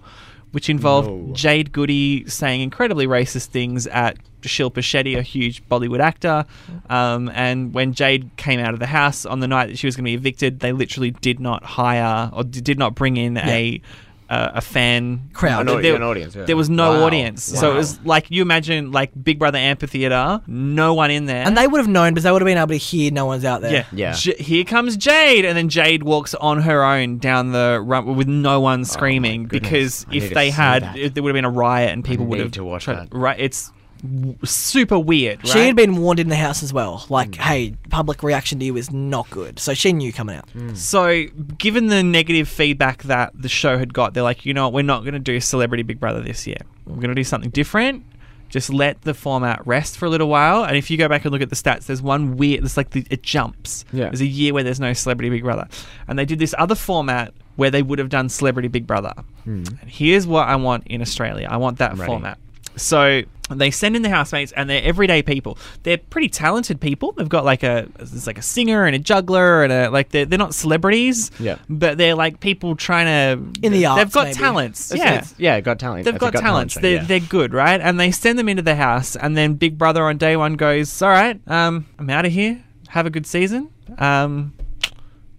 Speaker 3: which involved
Speaker 2: No.
Speaker 3: Jade Goody saying incredibly racist things at Shilpa Shetty, a huge Bollywood actor. Um, and when Jade came out of the house on the night that she was going to be evicted, they literally did not hire or d- did not bring in a. Uh, a fan
Speaker 1: Crowd. An
Speaker 2: au-
Speaker 3: There-
Speaker 2: an audience, yeah.
Speaker 3: There was no
Speaker 2: Wow.
Speaker 3: audience, so it
Speaker 2: Wow.
Speaker 3: was like you imagine, like Big Brother amphitheater, no one in there,
Speaker 1: And they would have known because they would have been able to hear no one's out there.
Speaker 3: yeah.
Speaker 2: Yeah.
Speaker 3: J- here comes Jade. And then Jade walks on her own down the run with no one screaming
Speaker 2: Oh goodness.
Speaker 3: because
Speaker 2: I need
Speaker 3: if
Speaker 2: to
Speaker 3: they
Speaker 2: see
Speaker 3: had,
Speaker 2: that.
Speaker 3: it, there would have been a riot and people would
Speaker 2: need
Speaker 3: have.
Speaker 2: to watch that.
Speaker 3: tried- Right. It's w- super weird, right? Hmm.
Speaker 1: She had been warned in the house as well. Like, hey, public reaction to you is not good. So she knew coming out. Hmm.
Speaker 3: So, given the negative feedback that the show had got, they're like, you know what, we're not going to do Celebrity Big Brother this year. We're going to do something different. Just let the format rest for a little while. And if you go back and look at the stats, there's one weird, it's like the, it jumps.
Speaker 2: Yeah.
Speaker 3: There's a year where there's no Celebrity Big Brother. And they did this other format where they would have done Celebrity Big Brother.
Speaker 2: Hmm.
Speaker 3: And here's what I want in Australia I want that
Speaker 2: ready.
Speaker 3: format. So they send in the housemates, and they're everyday people. They're pretty talented people. They've got like a there's like a singer and a juggler and a like they're, they're not celebrities.
Speaker 2: Yeah.
Speaker 3: but they're like people trying to
Speaker 1: In the
Speaker 3: They've
Speaker 1: arts,
Speaker 3: got
Speaker 1: maybe.
Speaker 3: talents.
Speaker 2: It's-
Speaker 3: yeah.
Speaker 2: it's- yeah, got talent.
Speaker 3: They've
Speaker 2: It's a
Speaker 3: got, talents.
Speaker 2: show,
Speaker 3: they're,
Speaker 2: yeah.
Speaker 3: they're good, right? And they send them into the house, and then Big Brother on day one goes, "All right, um, I'm out of here. Have a good season. Um,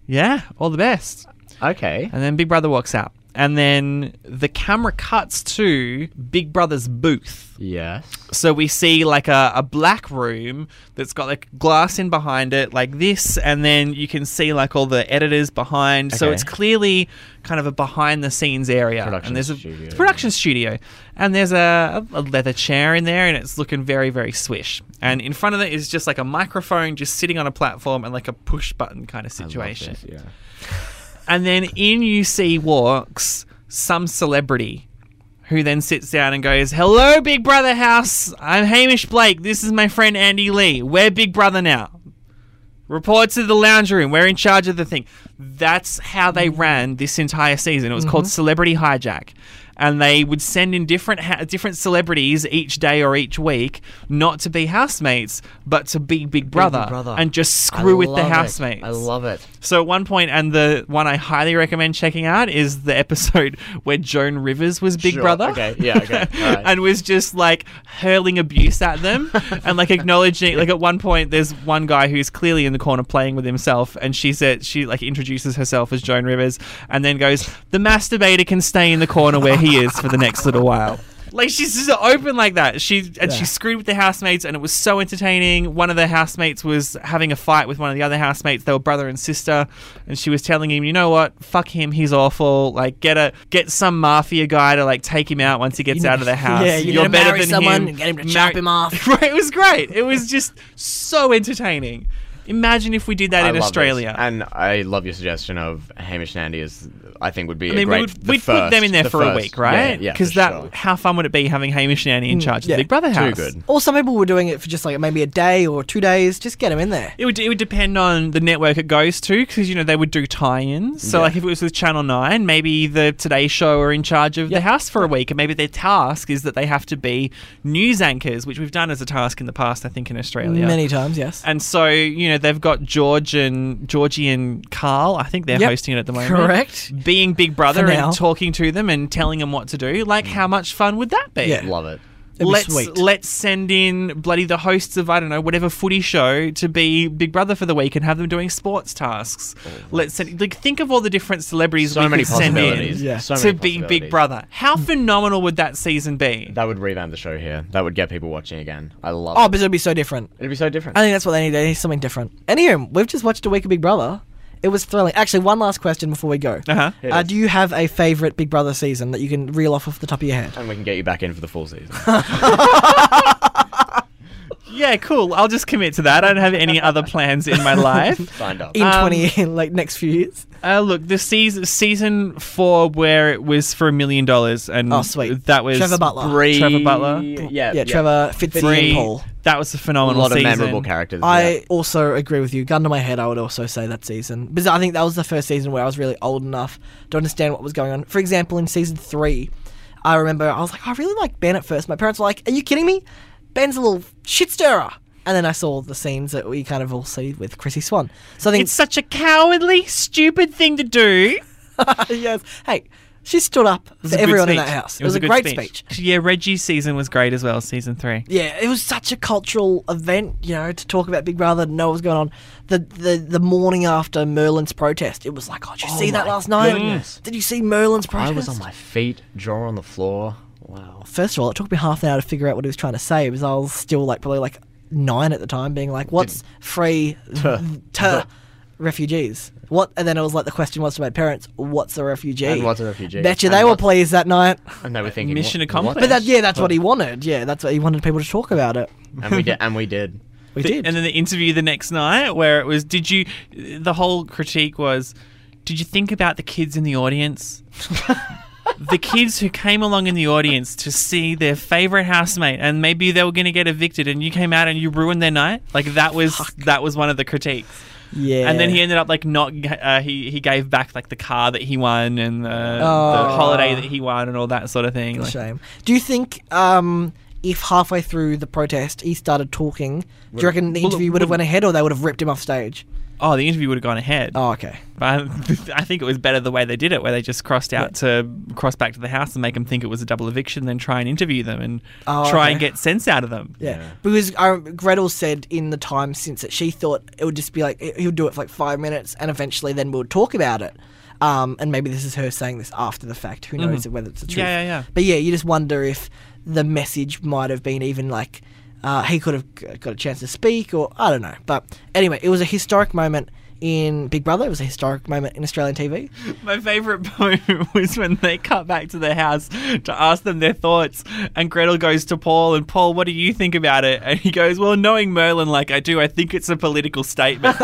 Speaker 3: yeah, all the best."
Speaker 2: okay.
Speaker 3: And then Big Brother walks out, and then the camera cuts to Big Brother's booth.
Speaker 2: Yes.
Speaker 3: So we see like a, a black room that's got like glass in behind it, like this, and then you can see like all the editors behind. So
Speaker 2: Okay.
Speaker 3: it's clearly kind of a behind the scenes area.
Speaker 2: Production
Speaker 3: and there's a
Speaker 2: studio.
Speaker 3: it's a production studio. And there's a, a leather chair in there and it's looking very, very swish. And in front of it is just like a microphone just sitting on a platform and like a push button kind of situation.
Speaker 2: Yeah.
Speaker 3: And then in you see walks some celebrity who then sits down and goes, Hello, Big Brother House. I'm Hamish Blake. This is my friend Andy Lee. We're Big Brother now. Report to the lounge room. We're in charge of the thing. That's how they
Speaker 2: Mm.
Speaker 3: ran this entire season. It was called
Speaker 2: Mm-hmm.
Speaker 3: Celebrity Hijack. And they would send in different ha- different celebrities each day or each week, not to be housemates, but to be Big Brother,
Speaker 2: Brother.
Speaker 3: and just
Speaker 2: I
Speaker 3: screw with the
Speaker 2: love it.
Speaker 3: housemates.
Speaker 2: I love it.
Speaker 3: So at one point, and the one I highly recommend checking out is the episode (laughs) where Joan Rivers was Big
Speaker 2: Sure,
Speaker 3: Brother.
Speaker 2: okay, yeah,
Speaker 3: (laughs)
Speaker 2: okay, alright.
Speaker 3: and was just like hurling abuse at them and like acknowledging. Like at one point, there's one guy who's clearly in the corner playing with himself, and she said she like introduces herself as Joan Rivers, and then goes, "The masturbator can stay in the corner where he is for the next little while." Like she's just open like that. She and she screwed with the housemates, and it was so entertaining. One of the housemates was having a fight with one of the other housemates. They were brother and sister, and she was telling him, "You know what? Fuck him. He's awful. Like get a get some mafia guy to like take him out once he gets
Speaker 1: You
Speaker 3: out
Speaker 1: need-
Speaker 3: of the house.
Speaker 1: yeah, you need
Speaker 3: are
Speaker 1: to
Speaker 3: better
Speaker 1: marry
Speaker 3: than
Speaker 1: someone
Speaker 3: him.
Speaker 1: and get him to
Speaker 3: Mar-
Speaker 1: chop him off.
Speaker 3: (laughs) right? It was great. It was just so entertaining. Imagine if we did that
Speaker 2: I love
Speaker 3: in
Speaker 2: this.
Speaker 3: Australia.
Speaker 2: And I love your suggestion of Hamish and Andy as I think would be
Speaker 3: I mean,
Speaker 2: a great.
Speaker 3: we would
Speaker 2: the
Speaker 3: we'd put them
Speaker 2: first-
Speaker 3: in there
Speaker 2: the
Speaker 3: for a
Speaker 2: first.
Speaker 3: week, right?
Speaker 2: Yeah,
Speaker 3: Because
Speaker 2: yeah, for
Speaker 3: that,
Speaker 2: sure. Mm,
Speaker 3: how fun would it be having Hamish and Annie in charge of
Speaker 1: yeah.
Speaker 3: the Big Brother
Speaker 2: too
Speaker 3: house?
Speaker 2: good.
Speaker 1: Or some people were doing it for just like maybe a day or two days. Just get them in there.
Speaker 3: It would, it would depend on the network it goes to because you know they would do tie-ins. So
Speaker 2: Yeah.
Speaker 3: like if it was with Channel Nine, maybe the Today Show are in charge of the house for a week, and maybe their task is that they have to be news anchors, which we've done as a task in the past, I think, in Australia.
Speaker 1: Many times, yes.
Speaker 3: And so you know they've got George and Georgie and Carl. I think they're
Speaker 1: Yep.
Speaker 3: hosting it at the moment.
Speaker 1: Correct.
Speaker 3: Being Big Brother
Speaker 1: now.
Speaker 3: and talking to them and telling them what to do. Like how much fun would that be?
Speaker 1: Yeah.
Speaker 2: Love it.
Speaker 1: It'd be
Speaker 3: let's
Speaker 1: sweet.
Speaker 3: let's send in bloody the hosts of I don't know whatever footy show to be Big Brother for the week and have them doing sports tasks. let's send like think of all the different celebrities
Speaker 2: So
Speaker 3: we
Speaker 2: many
Speaker 3: could send in
Speaker 2: possibilities.
Speaker 1: Yeah. Hmm.
Speaker 2: So
Speaker 3: to
Speaker 2: many
Speaker 3: be Big
Speaker 2: possibilities.
Speaker 3: Brother. How phenomenal would that season be?
Speaker 2: That would revamp the show here. That would get people watching again. I love
Speaker 1: oh,
Speaker 2: it.
Speaker 1: but it'd be so different.
Speaker 2: It'd be so different.
Speaker 1: I think that's what they need. They need something different. Anywho, we've just watched a week of Big Brother. It was thrilling. Actually, one last question before we
Speaker 3: (laughs)
Speaker 1: go.
Speaker 3: Uh-huh.
Speaker 2: Hit
Speaker 1: Uh,
Speaker 2: us.
Speaker 1: do you have a favourite Big Brother season that you can reel off off the top of your head? (laughs)
Speaker 3: (laughs)
Speaker 2: and we can get you back in for the full season.
Speaker 3: Yeah, cool. I'll just commit to that. I don't have any other plans in
Speaker 2: (laughs)
Speaker 3: my life.
Speaker 2: Signed up.
Speaker 1: In
Speaker 3: Um,
Speaker 1: twenty, in (laughs) like next few years.
Speaker 3: Uh, look, the season season four where it was for a million dollars and
Speaker 1: Oh, sweet.
Speaker 3: Mm, that was
Speaker 1: Trevor Butler.
Speaker 2: Bree-
Speaker 3: Trevor Butler.
Speaker 2: Yeah,
Speaker 1: yeah, Trevor, Fitzy,
Speaker 3: Bree.
Speaker 1: and Paul.
Speaker 3: That was a
Speaker 2: A
Speaker 3: phenomenal
Speaker 2: lot of
Speaker 3: season.
Speaker 2: memorable characters.
Speaker 1: I
Speaker 2: yeah.
Speaker 1: also agree with you. Gun to my head, I would also say that season because I think that was the first season where I was really old enough to understand what was going on. For example, in season three, I remember I was like, "Oh, I really like Ben at first. My parents were like, Are you kidding me? Ben's a little shit stirrer. And then I saw the scenes that we kind of all see with Chrissy Swan. So I think
Speaker 3: It's such a cowardly, stupid thing to do.
Speaker 1: (laughs) yes. Hey, she stood up for everyone in that house. It, was, a, great speech.
Speaker 3: Yeah, Reggie's season was great as well, season three.
Speaker 1: Yeah, it was such a cultural event, you know, to talk about Big Brother, know what was going on. The the, the morning after Merlin's protest, it was like, oh, did you see that
Speaker 2: my
Speaker 1: last night?
Speaker 2: goodness.
Speaker 1: Did you see Merlin's protest?
Speaker 2: I was on my feet, jaw on the floor. Wow.
Speaker 1: First of all, it took me half an hour to figure out what he was trying to say because I was still like probably like nine at the time, being like, what's
Speaker 2: (laughs)
Speaker 1: free to, refugees? What? And then it was like the question was to my parents, what's a refugee?
Speaker 2: And what's a refugee?
Speaker 1: Betcha
Speaker 2: And
Speaker 1: they were
Speaker 2: what's-
Speaker 1: pleased that night.
Speaker 2: And they were thinking
Speaker 3: Mission
Speaker 2: what-
Speaker 3: accomplished.
Speaker 2: what?
Speaker 1: But that, yeah, that's what he wanted. Yeah, that's what he wanted people to talk about it.
Speaker 2: And we did. And we did.
Speaker 1: We
Speaker 3: The-
Speaker 1: did.
Speaker 3: And then the interview the next night where it was, did you, the whole critique was, did you think about the kids in the audience? (laughs) the kids who came along in the audience to see their favorite housemate and maybe they were going to get evicted and you came out and you ruined their night? Like that was, that was one of the critiques.
Speaker 1: yeah.
Speaker 3: And then he ended up like not. Uh, he he gave back like the car that he won and uh, the
Speaker 1: Oh.
Speaker 3: holiday that he won and all that sort of thing.
Speaker 1: It's
Speaker 3: Like,
Speaker 1: a shame. Do you think um, if halfway through the protest he started talking, do you reckon the
Speaker 3: Well, it
Speaker 1: interview would have went ahead, or they would have ripped him off stage?
Speaker 3: oh, the interview would have gone ahead.
Speaker 1: Oh, okay.
Speaker 3: But (laughs) I think it was better the way they did it, where they just crossed out to cross back to the house and make them think it was a double eviction, then try and interview them and
Speaker 1: Oh,
Speaker 3: try
Speaker 1: okay.
Speaker 3: and get sense out of them.
Speaker 1: Yeah. because I, rem- Gretel said in the time since that she thought it would just be like he would do it for like five minutes, and eventually then we'll talk about it. Um, and maybe this is her saying this after the fact. Who knows whether it's the truth?
Speaker 3: Mm-hmm. yeah, yeah.
Speaker 1: But yeah, you just wonder if the message might have been even like uh, he could have g- got a chance to speak, or I don't know. But anyway, it was a historic moment in Big Brother. It was a historic moment in Australian
Speaker 2: (laughs)
Speaker 1: TV.
Speaker 3: My favourite (laughs) moment was when they cut back to the house to ask them their thoughts, and Gretel goes to Paul and Paul, what do you think about it? And he goes, well, knowing Merlin like I do, I think it's a political
Speaker 1: (laughs)
Speaker 3: statement.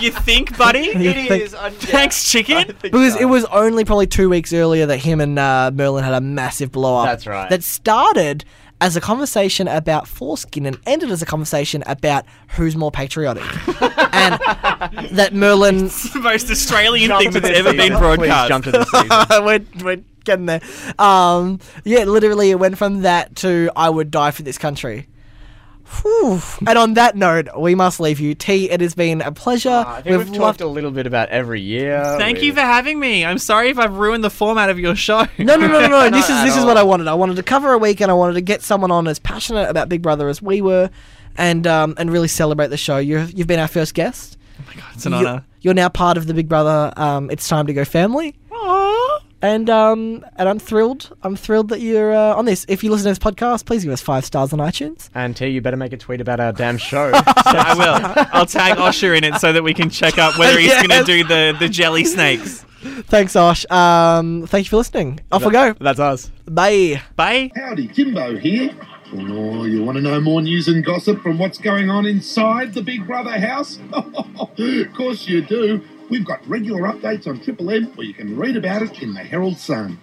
Speaker 3: you think, buddy?
Speaker 1: You think-
Speaker 3: Thanks, chicken.
Speaker 1: (laughs)
Speaker 3: (laughs)
Speaker 1: Because it was only probably two weeks earlier that him and uh, Merlin had a massive blow up.
Speaker 2: That's right.
Speaker 1: That started as a conversation about foreskin and ended as a conversation about who's more
Speaker 2: (laughs)
Speaker 1: patriotic. and that Merlin
Speaker 3: the most Australian thing
Speaker 2: to
Speaker 3: that's
Speaker 2: this
Speaker 3: ever
Speaker 2: season.
Speaker 3: been broadcast.
Speaker 2: Please jump to the season.
Speaker 1: (laughs) we're, we're getting there. Um, yeah, literally, it went from that to I would die for this country. Whew. And on that note, we must leave you. T, it has been a pleasure.
Speaker 2: Ah, I think we've,
Speaker 1: Uh, loved-
Speaker 2: talked a little bit about every year.
Speaker 3: Thank you
Speaker 2: We've-
Speaker 3: for having me. I'm sorry if I've ruined the format of your show. Oh
Speaker 1: no, no,
Speaker 3: (laughs)
Speaker 1: no, no, no. this
Speaker 2: (laughs) Not
Speaker 1: is
Speaker 2: at
Speaker 1: this is
Speaker 2: all.
Speaker 1: what I wanted. I wanted to cover a week, and I wanted to get someone on as passionate about Big Brother as we were, and um, and really celebrate the show. You've you've been our first guest.
Speaker 3: it's an
Speaker 1: You-
Speaker 3: honor.
Speaker 1: You're now part of the Big Brother. Um, it's time to go family.
Speaker 3: Aw.
Speaker 1: And um, and I'm thrilled. I'm thrilled that you're uh, on this. If you listen to this podcast, please give us five stars on iTunes.
Speaker 2: And T, you better make a tweet about our damn show.
Speaker 3: Yeah, I will. I'll tag Osher in it so that we can check up whether he's
Speaker 1: (laughs) Yes.
Speaker 3: going to do the, the jelly snakes.
Speaker 1: Thanks, Osh. Um, thank you for listening. Off we go.
Speaker 2: That's us.
Speaker 1: Bye.
Speaker 3: Bye.
Speaker 5: Howdy, Jimbo here. Oh, you want to know more news and gossip from what's going on inside the Big Brother house? (laughs) of course you do. We've got regular updates on Triple M, where you can read about it in the Herald Sun.